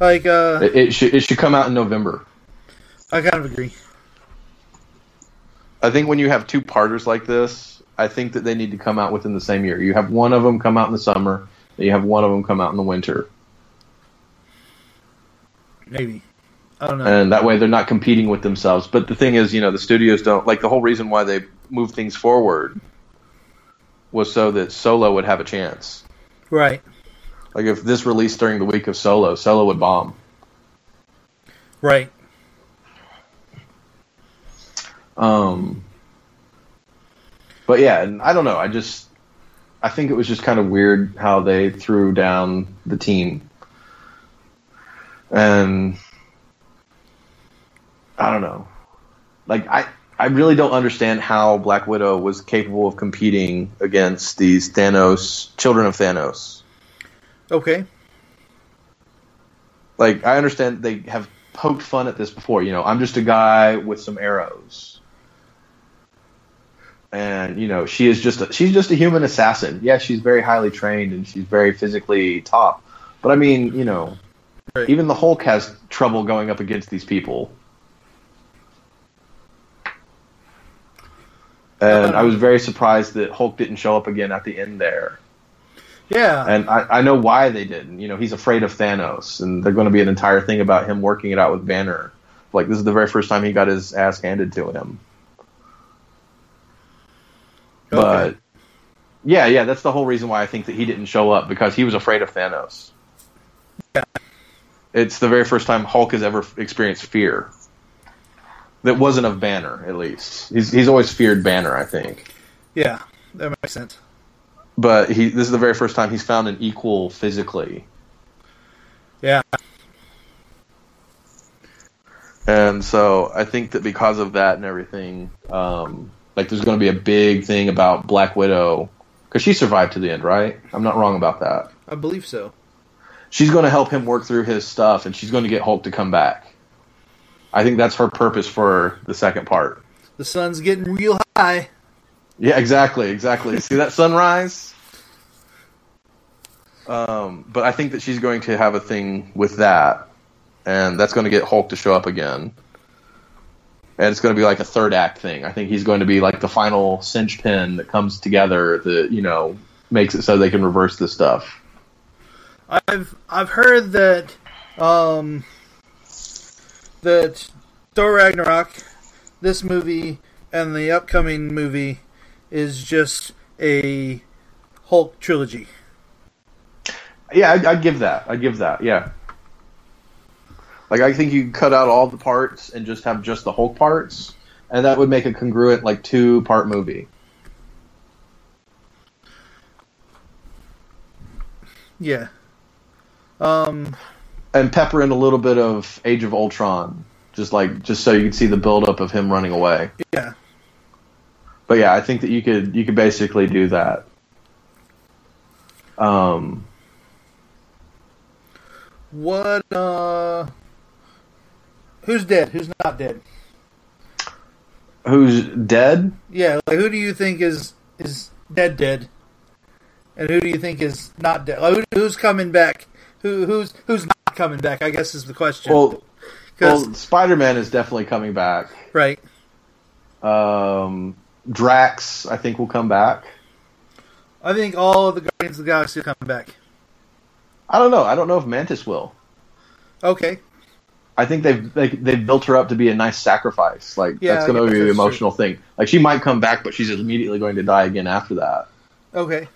Speaker 2: Like, uh,
Speaker 1: It, it should it should come out in November.
Speaker 2: I kind of agree.
Speaker 1: I think when you have two parters like this, I think that they need to come out within the same year. You have one of them come out in the summer, and you have one of them come out in the winter,
Speaker 2: Maybe. I don't know.
Speaker 1: and that way they're not competing with themselves. But the thing is, you know, the studios don't like the whole reason why they move things forward was so that Solo would have a chance.
Speaker 2: right.
Speaker 1: Like if this released during the week of Solo, Solo would bomb.
Speaker 2: Right.
Speaker 1: Um, but yeah, and I don't know. I just I think it was just kind of weird how they threw down the team, and I don't know. Like I. I really don't understand how Black Widow was capable of competing against these Thanos children of Thanos.
Speaker 2: Okay.
Speaker 1: Like I understand they have poked fun at this before, you know, I'm just a guy with some arrows. and you know she is just a, she's just a human assassin. Yeah, she's very highly trained and she's very physically top. But I mean, you know,
Speaker 2: Right.
Speaker 1: even the Hulk has trouble going up against these people. And I was very surprised that Hulk didn't show up again at the end there.
Speaker 2: Yeah.
Speaker 1: And I, I know why they didn't. You know, he's afraid of Thanos, and they're going to be an entire thing about him working it out with Banner. Like this is the very first time he got his ass handed to him. But
Speaker 2: Okay.
Speaker 1: yeah, yeah, that's the whole reason why I think that he didn't show up because he was afraid of Thanos.
Speaker 2: Yeah.
Speaker 1: It's the very first time Hulk has ever experienced fear. That wasn't of Banner, at least. He's he's always feared Banner, I think.
Speaker 2: yeah, that makes sense.
Speaker 1: But he this is the very first time he's found an equal physically.
Speaker 2: Yeah.
Speaker 1: And so I think that because of that and everything, um, like there's going to be a big thing about Black Widow because she survived to the end, right? I'm not wrong about that.
Speaker 2: I believe so.
Speaker 1: She's going to help him work through his stuff, and she's going to get Hulk to come back. I think that's her purpose for the second part.
Speaker 2: The sun's getting real high.
Speaker 1: Yeah, exactly, exactly. See that sunrise? Um, but I think that she's going to have a thing with that, and that's going to get Hulk to show up again. And it's going to be like a third act thing. I think he's going to be like the final cinch pin that comes together that you know makes it so they can reverse this stuff.
Speaker 2: I've I've heard that um that Thor Ragnarok, this movie and the upcoming movie is just a Hulk trilogy.
Speaker 1: Yeah, I, I give that. I give that. Yeah. Like I think you could cut out all the parts and just have just the Hulk parts, and that would make a congruent like two part movie.
Speaker 2: Yeah. Um
Speaker 1: and pepper in a little bit of Age of Ultron, just like just so you can see the buildup of him running away.
Speaker 2: yeah.
Speaker 1: But yeah, I think that you could you could basically do that. Um,
Speaker 2: What uh Who's dead? Who's not dead?
Speaker 1: who's dead?
Speaker 2: Yeah, like who do you think is is dead dead, and who do you think is not dead? Like, who, who's coming back? Who who's who's not coming back? I guess is the question.
Speaker 1: Well,
Speaker 2: 'Cause-
Speaker 1: well Spider Man is definitely coming back.
Speaker 2: right,
Speaker 1: Um, Drax, I think, will come back.
Speaker 2: I think all of the Guardians of the Galaxy are coming back.
Speaker 1: I don't know. I don't know if Mantis will.
Speaker 2: Okay,
Speaker 1: I think they've they, they've built her up to be a nice sacrifice. Like
Speaker 2: Yeah,
Speaker 1: that's going
Speaker 2: I
Speaker 1: to be
Speaker 2: guess
Speaker 1: the
Speaker 2: that's
Speaker 1: emotional thing. Like she might come back, but she's immediately going to die again after that
Speaker 2: okay,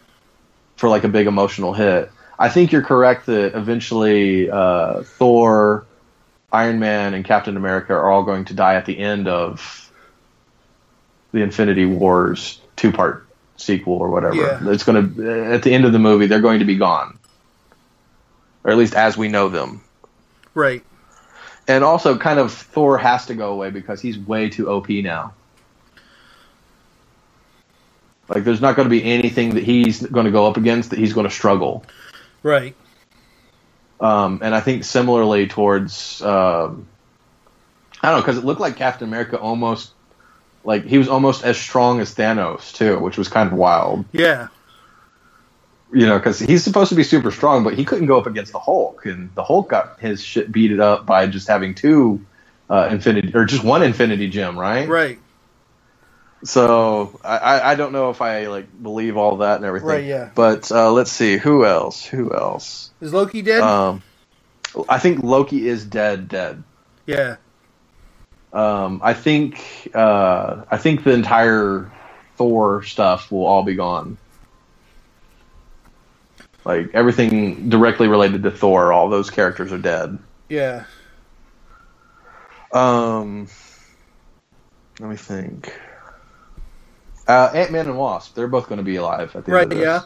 Speaker 1: for like a big emotional hit. I think you're correct that eventually uh, Thor, Iron Man, and Captain America are all going to die at the end of the Infinity Wars two part sequel or whatever.
Speaker 2: Yeah.
Speaker 1: It's going to at the end of the movie they're going to be gone, or at least as we know them.
Speaker 2: right.
Speaker 1: And also, kind of Thor has to go away because he's way too OP now. Like, there's not going to be anything that he's going to go up against that he's going to struggle.
Speaker 2: Right.
Speaker 1: Um, and I think similarly towards, um, I don't know, because it looked like Captain America almost, like he was almost as strong as Thanos too, which was kind of wild.
Speaker 2: Yeah.
Speaker 1: You know, because he's supposed to be super strong, but he couldn't go up against the Hulk, and the Hulk got his shit beaten up by just having two. Uh, infinity or just one infinity gem right
Speaker 2: Right.
Speaker 1: So I- I, I don't know if I like believe all that and everything.
Speaker 2: Right, yeah.
Speaker 1: But uh, let's see who else. Who else?
Speaker 2: Is Loki dead?
Speaker 1: Um, I think Loki is dead. Dead.
Speaker 2: yeah.
Speaker 1: Um, I think uh, I think the entire Thor stuff will all be gone. Like everything directly related to Thor, all those characters are dead.
Speaker 2: Yeah.
Speaker 1: Um, let me think. Uh, Ant Man and Wasp, they're both going to be alive at the
Speaker 2: Right.
Speaker 1: end of this.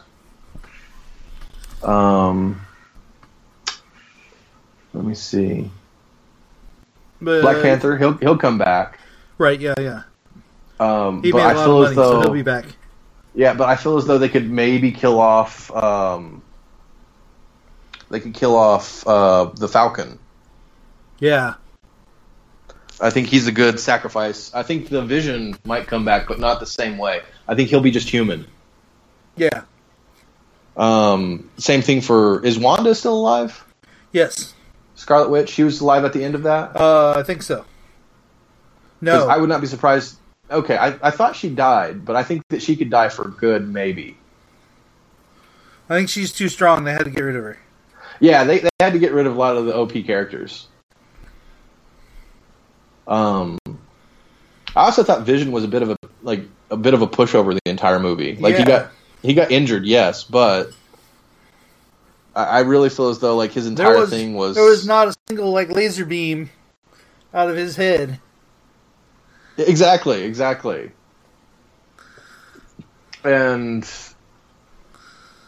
Speaker 2: Yeah.
Speaker 1: Um, let me see.
Speaker 2: But,
Speaker 1: Black Panther, he'll he'll come back.
Speaker 2: Right. Yeah. Yeah.
Speaker 1: Um,
Speaker 2: He
Speaker 1: but
Speaker 2: made a
Speaker 1: I
Speaker 2: lot of
Speaker 1: feel as
Speaker 2: money, so
Speaker 1: though
Speaker 2: he'll be back.
Speaker 1: yeah, but I feel as though they could maybe kill off. Um, they could kill off uh, the Falcon.
Speaker 2: Yeah.
Speaker 1: I think he's a good sacrifice. I think the Vision might come back, but not the same way. I think he'll be just human.
Speaker 2: Yeah.
Speaker 1: Um, same thing for is Wanda still alive?
Speaker 2: Yes.
Speaker 1: Scarlet Witch, she was alive at the end of that.
Speaker 2: Uh, I think so.
Speaker 1: 'Cause
Speaker 2: No.
Speaker 1: I would not be surprised. Okay, I, I thought she died, but I think that she could die for good, maybe.
Speaker 2: I think she's too strong. They had to get rid of her.
Speaker 1: Yeah, they, they had to get rid of a lot of the OP characters. Um, I also thought Vision was a bit of a like a bit of a pushover the entire movie. Like he
Speaker 2: Yeah.
Speaker 1: got he got injured, yes, but I, I really feel as though like his entire
Speaker 2: There was,
Speaker 1: thing was
Speaker 2: there was not a single like laser beam out of his head.
Speaker 1: Exactly, exactly. And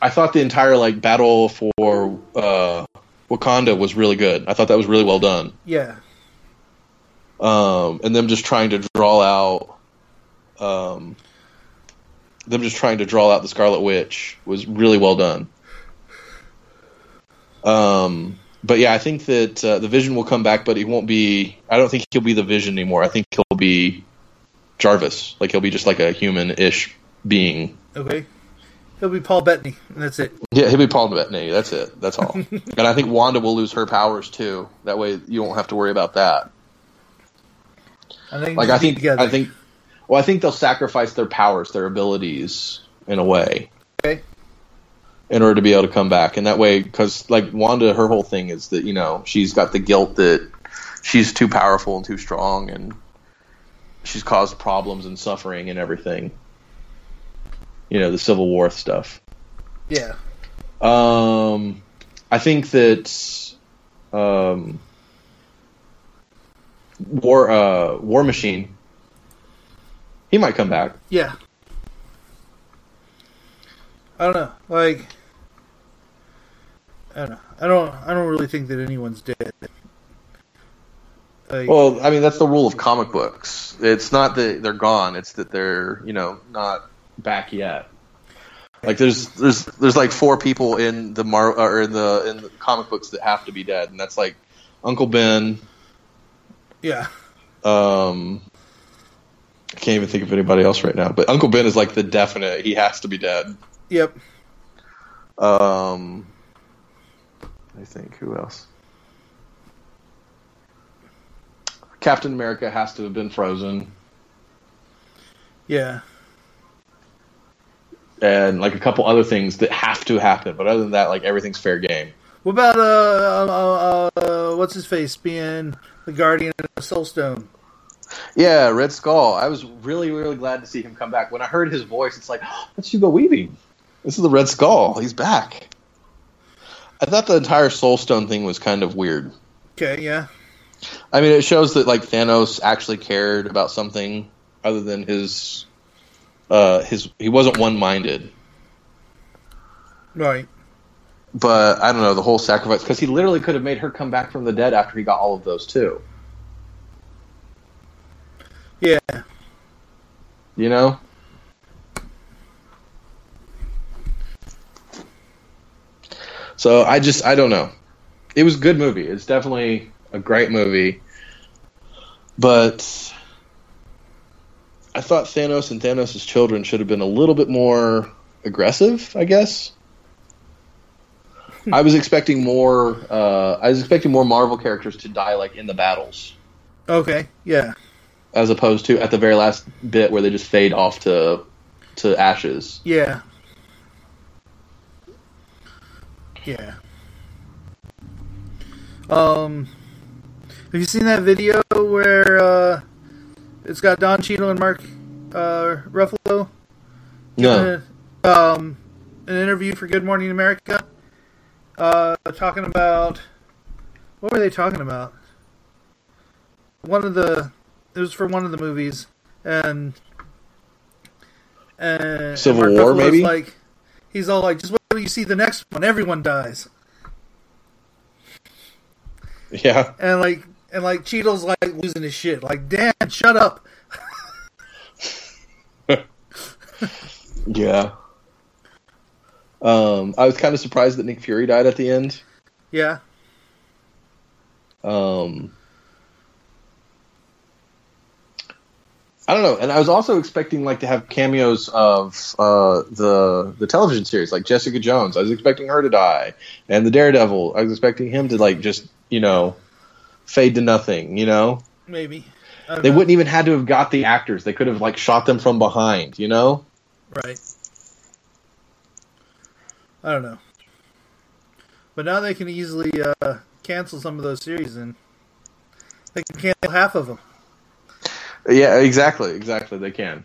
Speaker 1: I thought the entire like battle for uh, Wakanda was really good. I thought that was really well done.
Speaker 2: Yeah.
Speaker 1: Um, and them just trying to draw out, um, them just trying to draw out the Scarlet Witch was really well done. Um, but yeah, I think that uh, the Vision will come back, but he won't be. I don't think he'll be the Vision anymore. I think he'll be Jarvis. Like he'll be just like a human-ish being.
Speaker 2: Okay. He'll be Paul Bettany, and that's it.
Speaker 1: Yeah, he'll be Paul Bettany. That's it. That's all. and I think Wanda will lose her powers too. That way, you won't have to worry about that.
Speaker 2: I think.
Speaker 1: Like
Speaker 2: they'll
Speaker 1: I
Speaker 2: be
Speaker 1: think,
Speaker 2: Together.
Speaker 1: I think, well, I think they'll sacrifice their powers, their abilities, in a way,
Speaker 2: Okay.
Speaker 1: in order to be able to come back. And that way, because like Wanda, her whole thing is that you know she's got the guilt that she's too powerful and too strong, and she's caused problems and suffering and everything. You know, the Civil War stuff.
Speaker 2: Yeah.
Speaker 1: Um, I think that um, War uh, War Machine. He might come back.
Speaker 2: Yeah. I don't know. Like I don't know. I don't I don't really think that anyone's dead. Like,
Speaker 1: Well, I mean that's the rule of comic books. It's not that they're gone. It's that they're you know not back yet. Like there's there's there's like four people in the Mar or in the in the comic books that have to be dead, and that's like Uncle Ben,
Speaker 2: yeah.
Speaker 1: um, I can't even think of anybody else right now. But Uncle Ben is like the definite. He has to be dead.
Speaker 2: Yep.
Speaker 1: Um, I think who else? Captain America has to have been frozen,
Speaker 2: Yeah.
Speaker 1: and like a couple other things that have to happen. But other than that, like everything's fair game.
Speaker 2: What about uh, uh, uh, uh what's his face being the guardian of the Soulstone?
Speaker 1: Yeah, Red Skull. I was really, really glad to see him come back. When I heard his voice, it's like that's Hugo Weaving. This is the Red Skull. He's back. I thought the entire Soulstone thing was kind of weird.
Speaker 2: Okay, yeah.
Speaker 1: I mean, it shows that like Thanos actually cared about something other than his uh his he wasn't one-minded.
Speaker 2: Right.
Speaker 1: But I don't know the whole sacrifice because he literally could have made her come back from the dead after he got all of those too.
Speaker 2: Yeah.
Speaker 1: You know. So I just I don't know. It was a good movie. It's definitely a great movie. But I thought Thanos and Thanos' children should have been a little bit more aggressive, I guess. I was expecting more uh, I was expecting more Marvel characters to die like in the battles
Speaker 2: Okay. Yeah.
Speaker 1: as opposed to at the very last bit where they just fade off to to ashes.
Speaker 2: Yeah. Yeah. Um, have you seen that video where uh, it's got Don Cheadle and Mark uh, Ruffalo?
Speaker 1: No.
Speaker 2: Uh, um, an interview for Good Morning America. Uh, talking about what were they talking about? One of the it was for one of the movies, and and
Speaker 1: Civil
Speaker 2: and
Speaker 1: War,
Speaker 2: Ruffalo's
Speaker 1: maybe?
Speaker 2: Like he's all like, just wait till you see the next one. Everyone dies,
Speaker 1: Yeah.
Speaker 2: and like and like Cheadle's like losing his shit. Like, Dan, shut up.
Speaker 1: Yeah. Um, I was kind of surprised that Nick Fury died at the end.
Speaker 2: Yeah,
Speaker 1: Um, I don't know, and I was also expecting like to have cameos of uh, the the television series, like Jessica Jones. I was expecting her to die, and the Daredevil. I was expecting him to like just you know fade to nothing. You know,
Speaker 2: maybe. I don't
Speaker 1: they
Speaker 2: know.
Speaker 1: wouldn't even had to have got the actors. They could have like shot them from behind. You know.
Speaker 2: Right. I don't know. But now they can easily uh, cancel some of those series, and they can cancel half of them.
Speaker 1: Yeah, exactly, exactly. They can.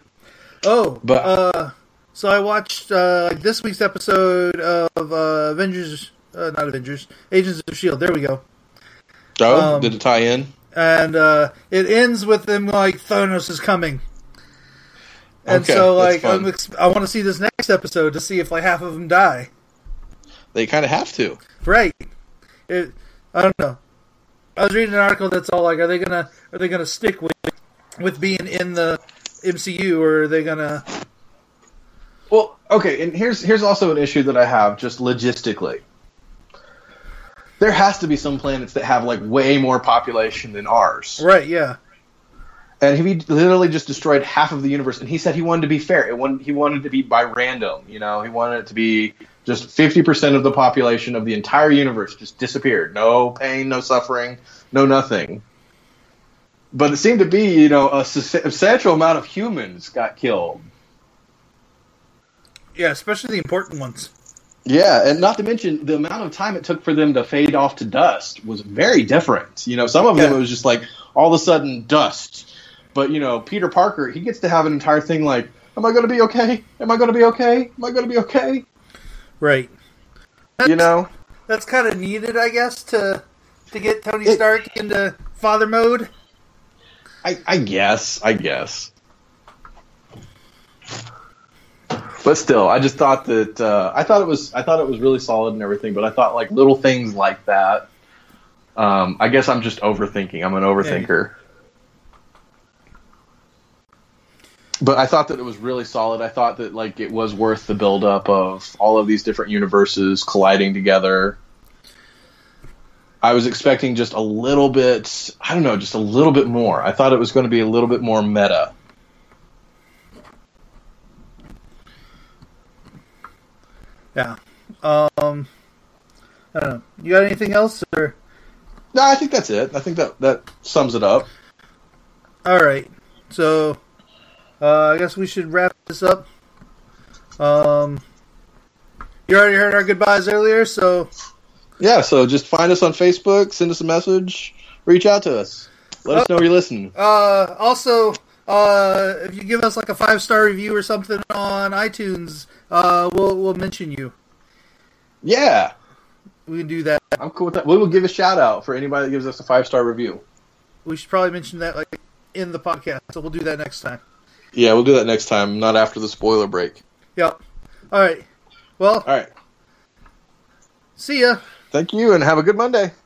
Speaker 2: Oh,
Speaker 1: But-
Speaker 2: uh, so I watched uh, like this week's episode of uh, Avengers, uh, not Avengers, Agents of Shield. E There we go.
Speaker 1: Oh,
Speaker 2: Um,
Speaker 1: did it tie in?
Speaker 2: and uh, it ends with them like Thanos is coming. And
Speaker 1: Okay,
Speaker 2: so,
Speaker 1: that's
Speaker 2: like,
Speaker 1: fun.
Speaker 2: I'm ex- I want to see this next episode to see if like half of them die.
Speaker 1: They kind of have to.
Speaker 2: Right. It, I don't know. I was reading an article that's all like, are they gonna are they gonna stick with with being in the MCU or are they gonna?
Speaker 1: Well, okay, and here's here's also an issue that I have just logistically. There has to be some planets that have like way more population than ours.
Speaker 2: Right. Yeah.
Speaker 1: And he literally just destroyed half of the universe. And he said he wanted to be fair. It wanted, he wanted to be by random. You know, he wanted it to be just fifty percent of the population of the entire universe just disappeared. No pain, no suffering, no nothing. But it seemed to be, you know, a substantial amount of humans got killed.
Speaker 2: Yeah. Especially the important ones.
Speaker 1: Yeah, and not to mention the amount of time it took for them to fade off to dust was very different. You know, some of them
Speaker 2: Yeah.
Speaker 1: it was just like all of a sudden dust. But you know, Peter Parker, he gets to have an entire thing like, "Am I going to be okay? Am I going to be okay? Am I going to be okay?"
Speaker 2: Right.
Speaker 1: You know,
Speaker 2: That's kind of needed, I guess, to to get Tony
Speaker 1: It-
Speaker 2: Stark into father mode.
Speaker 1: I, I guess, I guess. But still, I just thought that uh, I thought it was I thought it was really solid and everything. But I thought like little things like that. Um, I guess I'm just overthinking. I'm an overthinker. But I thought that it was really solid. I thought that like it was worth the buildup of all of these different universes colliding together. I was expecting just a little bit. I don't know, just a little bit more. I thought it was going to be a little bit more meta.
Speaker 2: Yeah. Um, I don't know. You got anything else? Or
Speaker 1: No, I think that's it. I think that that sums it up.
Speaker 2: all right. So uh, I guess we should wrap this up. Um, you already heard our goodbyes earlier, so
Speaker 1: Yeah, so just find us on Facebook, send us a message, reach out to us. Let us know you're listening.
Speaker 2: Uh, also, uh, if you give us like a five star review or something on iTunes, uh, we'll we'll mention you.
Speaker 1: Yeah,
Speaker 2: We can do that.
Speaker 1: I'm cool with that. We will give a shout out for anybody that gives us a five star review.
Speaker 2: We should probably mention that like in the podcast. So we'll do that next time.
Speaker 1: Yeah, we'll do that next time, not after the spoiler break.
Speaker 2: Yep. All right. Well,
Speaker 1: All right.
Speaker 2: see ya.
Speaker 1: Thank you and have a good Monday.